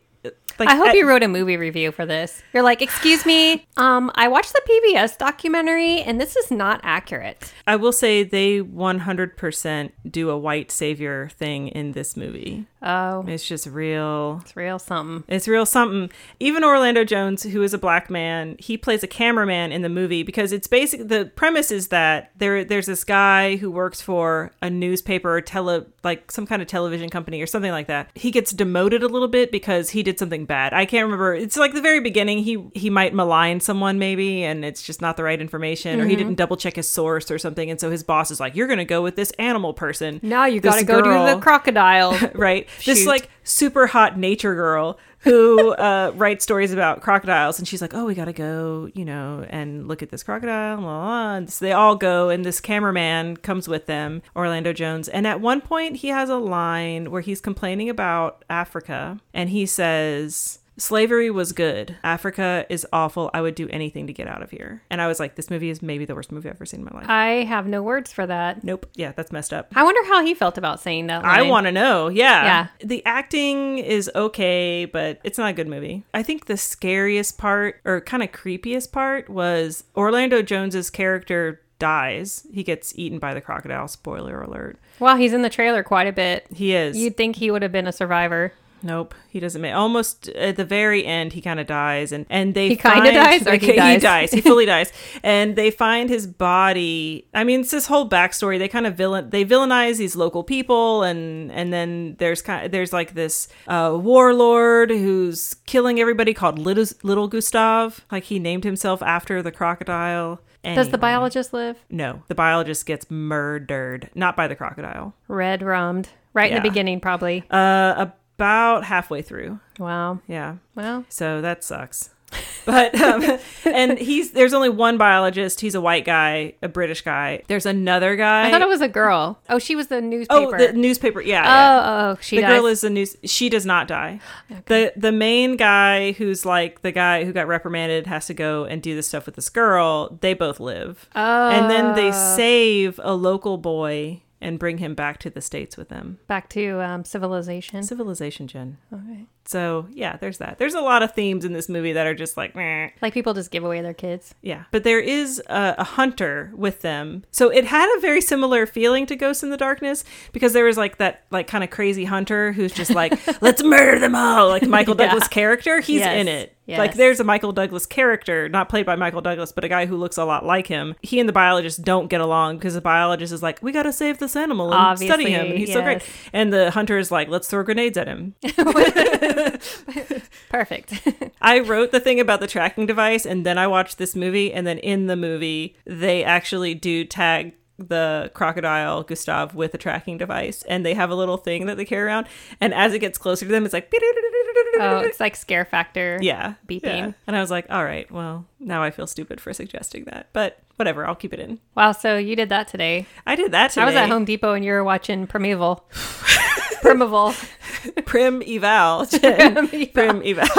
S2: Like,
S1: I hope
S2: at-
S1: you wrote a movie review for this. You're like, excuse me, um, I watched the PBS documentary and this is not accurate.
S2: I will say they 100% do a white savior thing in this movie.
S1: Oh,
S2: It's just real.
S1: it's real something.
S2: It's real something. Even Orlando Jones, who is a black man, he plays a cameraman in the movie because it's basic. The premise is that there there's this guy who works for a newspaper or tele like some kind of television company or something like that. He gets demoted a little bit because he did something bad. I can't remember. It's like the very beginning. He he might malign someone maybe, and it's just not the right information,
S1: Mm-hmm.
S2: or he didn't double check his source or something, and so his boss is like, "You're going to go with this animal person."
S1: Now you
S2: this
S1: gotta go to
S2: girl."
S1: the crocodile.
S2: right? This
S1: Shoot.
S2: like super hot nature girl who uh, writes stories about crocodiles, and she's like, "Oh, we gotta go, you know, and look at this crocodile." La, la, la. And so they all go, and this cameraman comes with them, Orlando Jones. And at one point, he has a line where he's complaining about Africa, and he says. Slavery was good. Africa is awful. I would do anything to get out of here. And I was like, this movie is maybe the worst movie I've ever seen in my life.
S1: I have no words for that.
S2: nope. Yeah, that's messed up.
S1: I wonder how he felt about saying that.
S2: I
S1: line.
S2: want to know. Yeah.
S1: Yeah.
S2: The acting is okay, but it's not a good movie. I think the scariest part or kind of creepiest part was Orlando Jones's character dies. He gets eaten by the crocodile. Spoiler alert.
S1: Wow, he's in the trailer quite a bit.
S2: He is.
S1: You'd think he would have been a survivor.
S2: Nope, he doesn't make. Almost at the very end, he kind of dies, and and they
S1: He kinda
S2: find-
S1: dies, or he dies?
S2: He fully dies, and they find his body. I mean, it's this whole backstory. They kind of villain. They villainize these local people, and and then there's kind there's like this uh, warlord who's killing everybody called Little Little Gustav. Like he named himself after the crocodile.
S1: Does the
S2: Anyway.
S1: biologist live?
S2: No, the biologist gets murdered, not by the crocodile.
S1: Red rummed. Right in
S2: Yeah.
S1: the beginning, probably.
S2: Uh, about halfway through.
S1: wow.
S2: Yeah.
S1: Well,
S2: So that sucks. But um, and he's there's only one biologist. He's a white guy, a British guy. There's another guy.
S1: I thought it was a girl. Oh, she was the
S2: oh
S1: newspaper.
S2: the newspaper. Yeah. yeah.
S1: oh, oh, she
S2: The
S1: dies.
S2: girl is the news. She does not die. the The main guy, who's like the guy who got reprimanded, has to go and do this stuff with this girl. They both live,
S1: Oh.
S2: and then they save a local boy and bring him back to the states with them.
S1: back to um, civilization.
S2: Civilization, Jen.
S1: Okay.
S2: So yeah, there's that. There's a lot of themes in this movie that are just like, meh.
S1: Like people just give away their kids.
S2: Yeah, but there is a, a hunter with them, so it had a very similar feeling to Ghost in the Darkness because there was like that like kind of crazy hunter who's just like, let's murder them all, like Michael
S1: Yeah.
S2: Douglas character. He's
S1: Yes,
S2: in it.
S1: yes.
S2: Like there's a Michael Douglas character, not played by Michael Douglas, but a guy who looks a lot like him. He and the biologist don't get along because the biologist is like, we got to save this animal and
S1: Obviously,
S2: study him, and he's so great.
S1: yes.
S2: And the hunter is like, let's throw grenades at him.
S1: Perfect.
S2: I wrote the thing about the tracking device and then I watched this movie and then in the movie they actually do tag the crocodile Gustav with a tracking device and they have a little thing that they carry around and as it gets closer to them it's like
S1: oh, it's like scare factor.
S2: yeah
S1: beeping.
S2: yeah. and I was like all right well now I feel stupid for suggesting that but whatever I'll keep it in
S1: Wow. So you did that today.
S2: I did that today
S1: I was at Home Depot and you were watching Primeval. Primeval.
S2: prim eval
S1: Prim.
S2: prim eval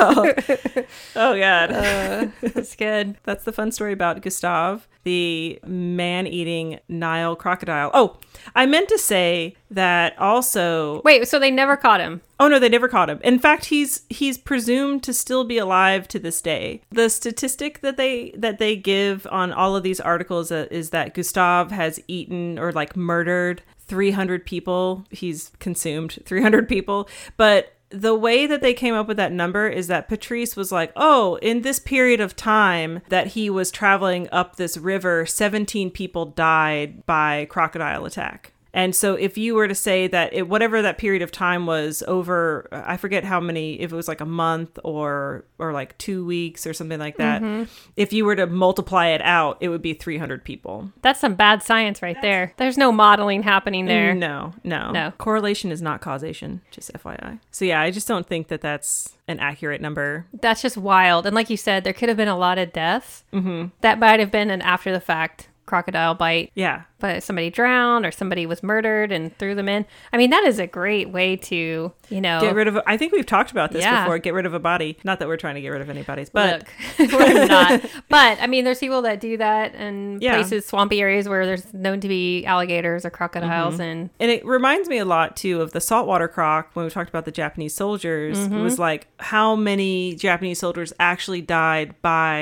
S2: oh god
S1: Uh, That's good.
S2: That's the fun story about Gustav, the man eating Nile crocodile. Oh, I meant to say that also
S1: Wait, so they never caught him.
S2: Oh no, they never caught him. In fact, he's he's presumed to still be alive to this day. The statistic that they that they give on all of these articles uh, is that Gustav has eaten or like murdered 300 people. He's consumed 300 people, but the way that they came up with that number is that Patrice was like, "Oh, in this period of time that he was traveling up this river, 17 people died by crocodile attack." And so, if you were to say that it, whatever that period of time was over, I forget how many, if it was like a month or or like two weeks or something like that, if you were to multiply it out, it would be 300 people.
S1: That's some bad science right there. There's no modeling
S2: Mm-hmm.
S1: happening there.
S2: No, no,
S1: No.
S2: Correlation is not causation. Just FYI. So yeah, I just don't think that that's an accurate number.
S1: That's just wild. And like you said, there could have been a lot of deaths. Mm-hmm. That might have been an after the fact crocodile bite,
S2: Yeah,
S1: but somebody drowned or somebody was murdered and threw them in. I mean, that is a great way to, you know,
S2: get rid of. I think we've talked about this
S1: Oh. Yeah.
S2: before. Get rid of a body. Not that we're trying to get rid of anybody's, but
S1: look. We're not. But I mean, there's people that do that in
S2: Yeah.
S1: places, swampy areas where there's known to be alligators or
S2: Mm-hmm.
S1: crocodiles. And
S2: And it reminds me a lot too of the saltwater croc when we talked about the Japanese soldiers. It
S1: Mm-hmm.
S2: was like how many Japanese soldiers actually died by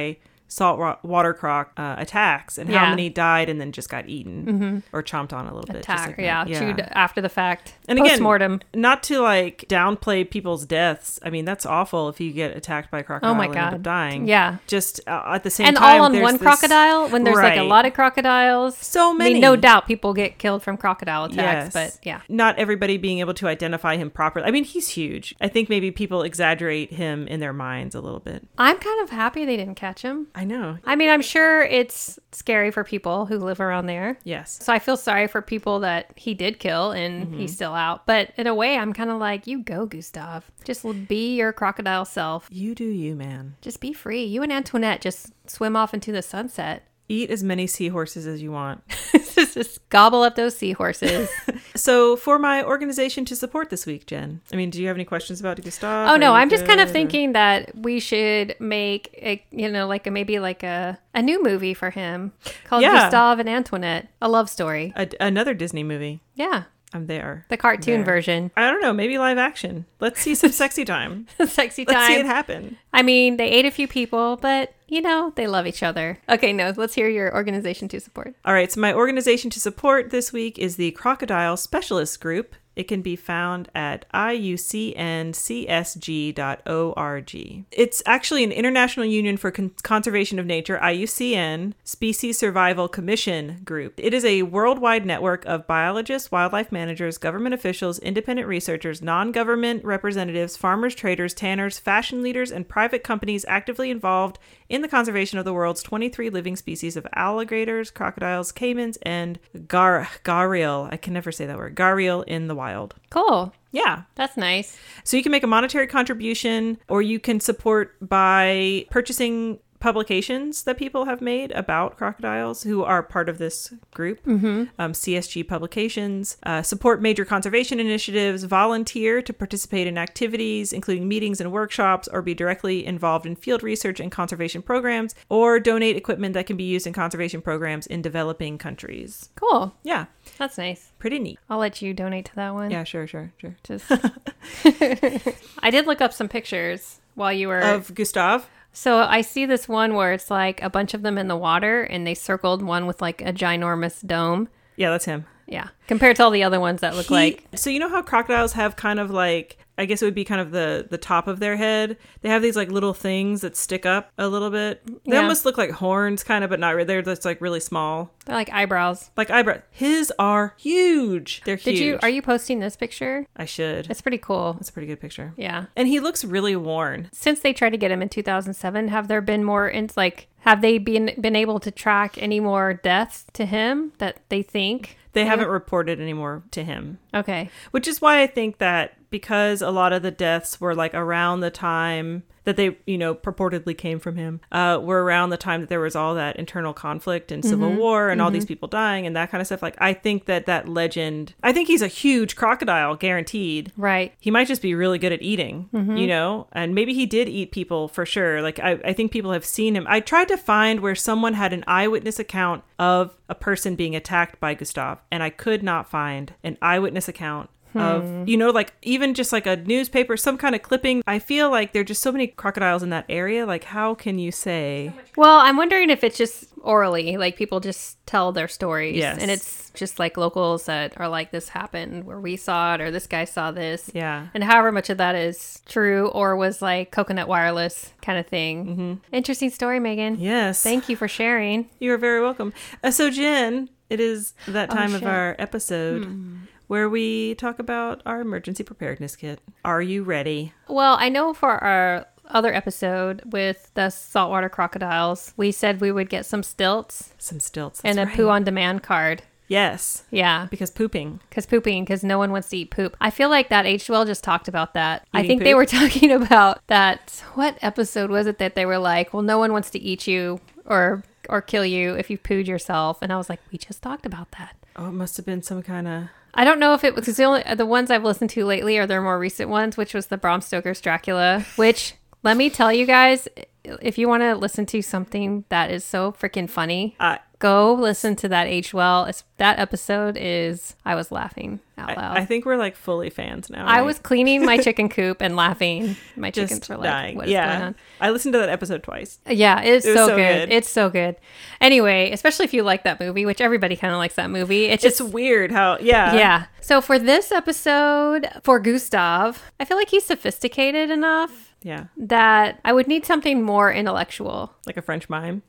S2: saltwater croc uh, attacks, and
S1: Yeah. Mm-hmm.
S2: how many died and then just got eaten or chomped on a little bit. just
S1: attack,
S2: like that.
S1: yeah, chewed after the fact.
S2: And again,
S1: Postmortem.
S2: not to like downplay people's deths. I mean, that's awful if you get attacked by a crocodile
S1: Oh my
S2: and end up
S1: God.
S2: dying.
S1: Yeah.
S2: just uh, at the same
S1: and
S2: time,
S1: all on
S2: there's
S1: one
S2: this-
S1: crocodile when there's like a
S2: Right.
S1: lot of crocodiles.
S2: So
S1: I
S2: many.
S1: mean, no doubt people get killed from crocodile attacks, but yeah.
S2: Not everybody being able to identify him properly. I mean, he's huge. I think maybe people exaggerate him in their minds a little bit.
S1: I'm kind of happy they didn't catch him.
S2: I know.
S1: I mean, I'm sure it's scary for people who live around there.
S2: Yes.
S1: So I feel sorry for people that he did kill and
S2: Mm-hmm.
S1: he's still out. But in a way, I'm kind of like, you go, Gustav. Just be your crocodile self.
S2: You do you, man.
S1: Just be free. You and Antoinette just swim off into the sunset.
S2: Eat as many seahorses as you want.
S1: just gobble up those seahorses.
S2: So, for my organization to support this week, Jen, I mean, do you have any questions about Gustav?
S1: Oh
S2: Are
S1: no,
S2: you
S1: I'm just kind of
S2: good, or-
S1: thinking that we should make a you know like a maybe like a a new movie for him called
S2: Yeah.
S1: Gustave and Antoinette, a love story.
S2: A- another Disney movie.
S1: Yeah,
S2: I'm there.
S1: the cartoon
S2: There.
S1: version,
S2: I don't know, maybe live action. Let's see some sexy time.
S1: sexy
S2: Let's see it
S1: time.
S2: happen.
S1: I mean, they ate a few people, but you know they love each other. Okay, no, let's hear your organization to support.
S2: All right, so my organization to support this week is the Crocodile Specialist Group. It can be found at iucncsg.org. It's actually an international union for con- conservation of nature, IUCN Species Survival Commission Group. It is a worldwide network of biologists, wildlife managers, government officials, independent researchers, non government representatives, farmers, traders, tanners, fashion leaders, and private companies actively involved in the conservation of the world's 23 living species of alligators, crocodiles, caimans, and gar gharial. I can never say that word. Gharial in the wild.
S1: Cool,
S2: Yeah.
S1: that's nice.
S2: So you can make a monetary contribution or you can support by purchasing publications that people have made about crocodiles who are part of this group um, csg publications uh, support major conservation initiatives volunteer to participate in activities including meetings and workshops or be directly involved in field research and conservation programs or donate equipment that can be used in conservation programs in developing countries
S1: Cool,
S2: yeah
S1: that's nice.
S2: pretty neat
S1: I'll let you donate to that one.
S2: yeah sure sure sure
S1: Just, I did look up some pictures while you were
S2: of gustav
S1: So I see this one where it's like a bunch of them in the water and they circled one with like a ginormous dome.
S2: yeah that's him
S1: Yeah. Compared to all the other ones that look
S2: He-
S1: like
S2: so you know how crocodiles have kind of like i guess it would be kind of the the top of their head they have these like little things that stick up a little bit they
S1: Yeah.
S2: almost look like horns kind of but not really they're just like really small
S1: they're like eyebrows.
S2: like eyebrow his are huge they're
S1: Did
S2: huge
S1: you are you posting this picture?
S2: i should
S1: It's pretty cool.
S2: that's a pretty good picture
S1: Yeah.
S2: and he looks really worn
S1: Since they tried to get him in 2007, have there been more in like have they been been able to track any more deaths to him that they think?
S2: they haven't reported anymore to him
S1: Okay.
S2: which is why I think that because a lot of the deaths were like around the time that they, you know, purportedly came from him, uh, were around the time that there was all that internal conflict and civil war and all these people dying and that kind of stuff. Like, I think that that legend, I think he's a huge crocodile, guaranteed.
S1: Right.
S2: He might just be really good at eating, you know, and maybe he did eat people for sure. Like, I, I think people have seen him. I tried to find where someone had an eyewitness account of a person being attacked by Gustav, and I could not find an eyewitness account. Of, you know, like even just like a newspaper, some kind of clipping. I feel like there are just so many crocodiles in that area. Like, how can you say?
S1: Well, I'm wondering if it's just orally, like people just tell their stories.
S2: Yes.
S1: And it's just like locals that are like, this happened where we saw it or this guy saw this.
S2: Yeah.
S1: And however much of that is true or was like coconut wireless kind of thing. Mm-hmm. Interesting story, Megan.
S2: Yes.
S1: Thank you for sharing.
S2: You are very welcome. Uh, so, Jen, it is that time
S1: Oh,
S2: of
S1: shit. Hmm.
S2: our episode where we talk about our emergency preparedness kit. Are you ready?
S1: Well, I know for our other episode with the saltwater crocodiles, we said we would get some stilts
S2: Some stilts
S1: and a
S2: that's
S1: poo
S2: right.
S1: on demand card.
S2: Yes,
S1: Yeah.
S2: because pooping.
S1: Because pooping, because no one wants to eat poop. I feel like that H. Well just talked about that. I
S2: Eating
S1: think they
S2: poop?
S1: were talking about that. What episode was it that they were like, "Well, no one wants to eat you or or kill you if you pooed yourself," and I was like, "We just talked about that."
S2: Oh, it must have been some kind of.
S1: I don't know if it was 'cause the only the ones I've listened to lately are their more recent ones, which was the Bram Stoker's Dracula. Which let me tell you guys, if you want to listen to something that is so freaking funny,
S2: I,
S1: go listen to that H. Well. It's, that episode is I was laughing out loud.
S2: I, I think we're like fully fans now.
S1: I
S2: right?
S1: was cleaning my chicken coop and laughing. My
S2: just
S1: chickens were like,
S2: dying.
S1: "What is
S2: yeah.
S1: going on?"
S2: I listened to that episode twice.
S1: Yeah, it's
S2: was
S1: so,
S2: so
S1: good.
S2: good.
S1: It's so good. Anyway, especially if you like that movie, which everybody kind of likes that movie. It's just
S2: It's weird how. Yeah.
S1: yeah. So for this episode for Gustav, I feel like he's sophisticated enough
S2: Yeah.
S1: that I would need something more intellectual.
S2: Like a French mime.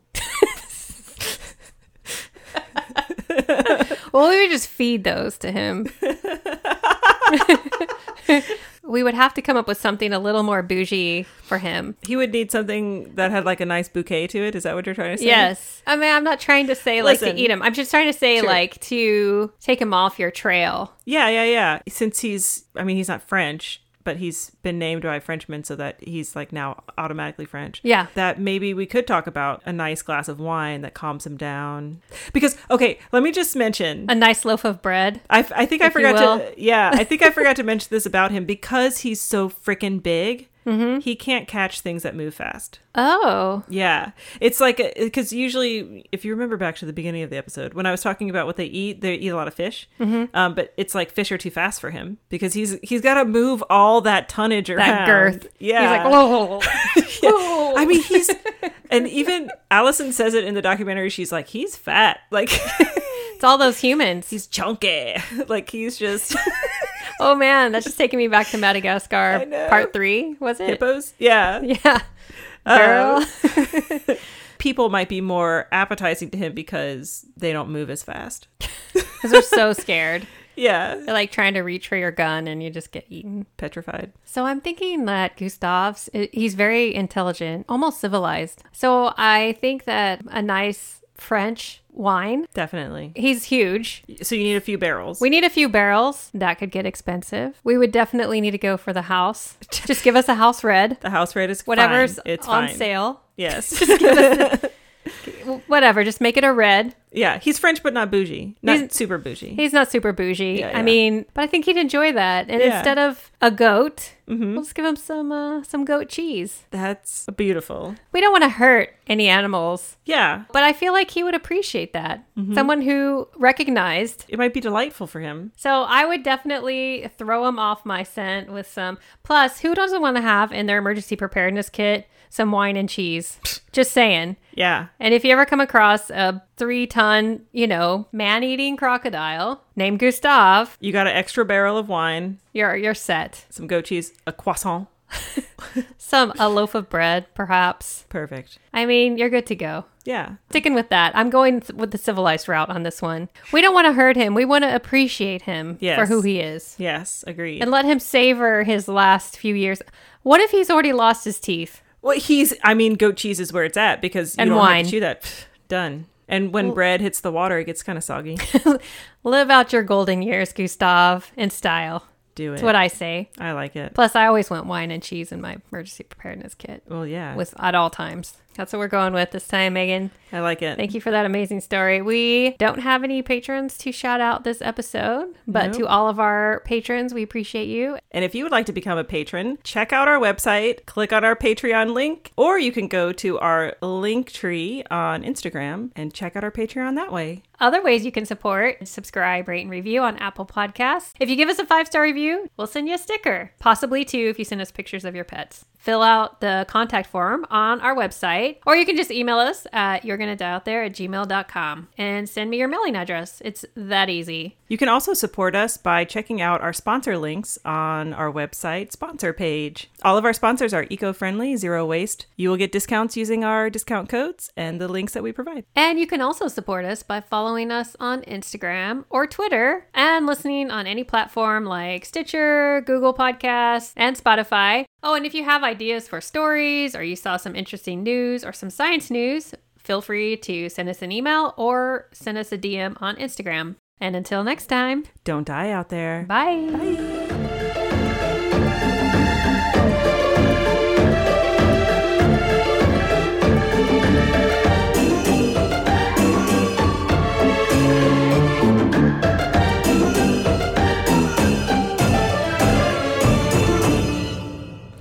S1: Well, we would just feed those to him. we would have to come up with something a little more bougie for him.
S2: He would need something that had like a nice bouquet to it. Is that what you're trying to say?
S1: Yes. I mean, I'm not trying to say like
S2: Listen.
S1: to eat him. I'm just trying to say
S2: Sure.
S1: like to take him off your trail.
S2: Yeah, yeah, yeah. Since he's, I mean, he's not French, but he's been named by Frenchmen so that he's like now automatically French.
S1: Yeah.
S2: That maybe we could talk about a nice glass of wine that calms him down. Because, okay, let me just mention.
S1: A nice loaf of bread.
S2: I, f- I think I
S1: Uh, If you
S2: forgot
S1: will.
S2: to. Yeah, I think I forgot to mention this about him because he's so freaking big.
S1: Mm-hmm.
S2: He can't catch things that move fast.
S1: Oh,
S2: Yeah, it's like because usually, if you remember back to the beginning of the episode when I was talking about what they eat, they eat a lot of fish.
S1: Mm-hmm.
S2: Um, but it's like fish are too fast for him because he's he's got to move all that tonnage around.
S1: that girth.
S2: Yeah,
S1: He's like, whoa. whoa."
S2: I mean, he's and even Allison says it in the documentary. She's like, he's fat. Like
S1: it's all those humans.
S2: he's chunky. Like he's just.
S1: oh man, that's just taking me back to Madagascar
S2: know.
S1: part three, was it?
S2: hippos. Yeah.
S1: Yeah.
S2: Uh,
S1: Girl.
S2: people might be more appetizing to him because they don't move as fast.
S1: Because they're so scared.
S2: Yeah.
S1: They're like trying to reach for your gun and you just get eaten.
S2: Petrified.
S1: So I'm thinking that Gustav's he's very intelligent, almost civilized. So I think that a nice French wine.
S2: Definitely.
S1: He's huge.
S2: So you need a few barrels.
S1: We need a few barrels. That could get expensive. We would definitely need to go for the house. Just give us a house red.
S2: the house rate is
S1: Whatever's
S2: fine. It's
S1: on
S2: fine.
S1: sale.
S2: Yes.
S1: Whatever, just make it a red.
S2: yeah. He's French, but not bougie. Not
S1: He's-
S2: super bougie.
S1: He's not super bougie.
S2: Yeah, yeah.
S1: I mean, but I think he'd enjoy that. And
S2: Yeah. Mm-hmm.
S1: instead of a goat, we'll just give him some uh, some goat cheese.
S2: That's beautiful.
S1: We don't want to hurt any animals,
S2: Yeah.
S1: but I feel like he would appreciate that.
S2: Mm-hmm.
S1: Someone who recognized.
S2: It might be delightful for him.
S1: So I would definitely throw him off my scent with some. Plus, who doesn't want to have in their emergency preparedness kit some wine and cheese? just saying.
S2: Yeah.
S1: And if you ever come across a three ton, you know, man eating crocodile named Gustav,
S2: You got an extra barrel of wine,
S1: you're you're set.
S2: some goat cheese, a croissant.
S1: Some a loaf of bread, perhaps.
S2: Perfect.
S1: I mean, you're good to go.
S2: Yeah.
S1: Sticking with that, I'm going th- with the civilized route on this one. We don't want to hurt him. We want to appreciate him
S2: Yes.
S1: for who he is
S2: Yes. Agreed.
S1: and let him savor his last few years. What if he's already lost his teeth?
S2: Well, he's. I mean, goat cheese is where it's at because you
S1: And
S2: don't have
S1: wine.
S2: to chew that. Pfft, done. And when bread hits the water, it gets kind of soggy.
S1: Live out your golden years, Gustav, in style.
S2: Do it.
S1: That's what I say.
S2: I like it.
S1: Plus, I always want wine and cheese in my emergency preparedness kit
S2: Well, yeah,
S1: with at all times. That's what we're going with this time, Megan.
S2: I like it.
S1: Thank you for that amazing story. We don't have any patrons to shout out this episode, but to all of our patrons, we appreciate you.
S2: And if you would like to become a patron, check out our website, click on our Patreon link, or you can go to our link tree on Instagram and check out our Patreon that way.
S1: Other ways you can support, subscribe, rate, and review on Apple Podcasts. If you give us a five star review, we'll send you a sticker, possibly two if you send us pictures of your pets. Fill out the contact form on our website, or you can just email us at you're gonna die out there at gmail.com and send me your mailing address. It's that easy.
S2: You can also support us by checking out our sponsor links on our website sponsor page. All of our sponsors are eco friendly, zero waste. You will get discounts using our discount codes and the links that we provide.
S1: And you can also support us by following us on Instagram or Twitter and listening on any platform like Stitcher, Google Podcasts, and Spotify. Oh, and if you have ideas for stories or you saw some interesting news or some science news, feel free to send us an email or send us a DM on Instagram. And until next time,
S2: Don't die out there.
S1: bye.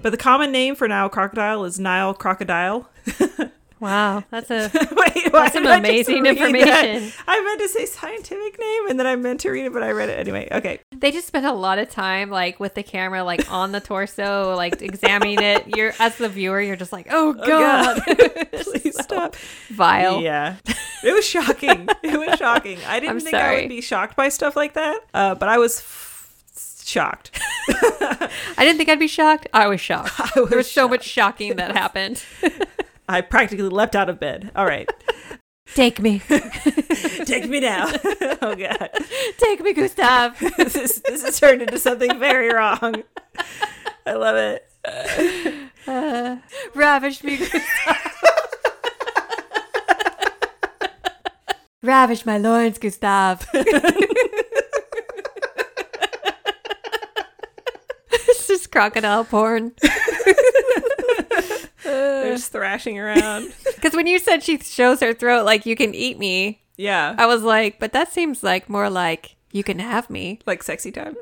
S2: But the common name for Nile crocodile is Nile crocodile.
S1: Wow, that's a
S2: Wait, why
S1: some
S2: did I just
S1: amazing
S2: read that?
S1: information.
S2: I meant to say scientific name and then I meant to read it, but I read it anyway. Okay.
S1: They just spend a lot of time like with the camera like on the torso, like examining it. You're as the viewer, you're just like, "Oh god."
S2: Please stop.
S1: Vile.
S2: Yeah. It was shocking. It was shocking. I didn't
S1: I'm
S2: think I
S1: sorry.
S2: would be shocked by stuff like that, uh, but I was f- shocked.
S1: I didn't think I'd be shocked. I was shocked.
S2: was
S1: there was so much shocking that happened.
S2: I practically leapt out of bed. All right.
S1: Take me.
S2: Take me now. oh, God.
S1: Take me, Gustav.
S2: This is, this has turned into something very wrong. I love it.
S1: Ravish me, Gustav. Ravish my loins, Gustav. it's just crocodile porn. Uh.
S2: They're just thrashing around.
S1: Because when you said she shows her throat like you can eat me,
S2: Yeah.
S1: I was like, but that seems like more like you can have me,
S2: like sexy time.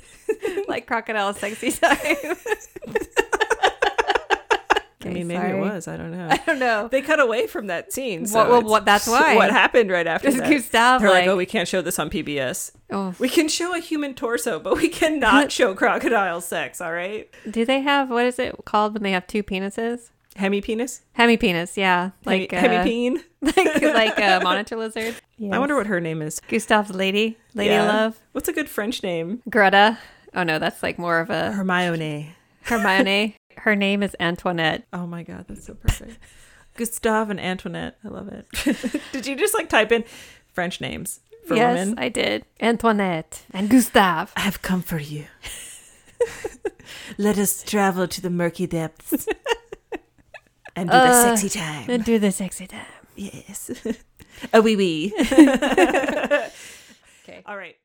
S1: like crocodile sexy time.
S2: I mean, maybe it was. I don't know.
S1: I don't know.
S2: They cut away from that scene. So
S1: Well, well,
S2: it's
S1: what- that's why.
S2: What happened right after
S1: Just
S2: that?
S1: Gustav,
S2: They're like,
S1: like-
S2: oh, we can't show this on PBS.
S1: Oh,
S2: We can show a human torso, but we cannot show crocodile sex. All right,
S1: do they have what is it called when they have two penises?
S2: hemi penis,
S1: Hemi penis, yeah,
S2: like
S1: like
S2: hemi,
S1: uh,
S2: peen.
S1: like like a monitor lizard.
S2: I wonder what her name is.
S1: Gustav's lady, lady
S2: Yeah.
S1: love,
S2: What's a good French name?
S1: Greta. Oh no, that's like more of a
S2: Hermione.
S1: Hermione. Her name is Antoinette.
S2: Oh my god, that's so perfect. Gustave and Antoinette. I love it. Did you just like type in French names for
S1: yes,
S2: women?
S1: I did. Antoinette and Gustave.
S2: I have come for you. Let us travel to the murky depths and do
S1: Uh,
S2: time.
S1: And do the sexy time.
S2: Yes. A wee wee.
S1: Okay.
S2: All right.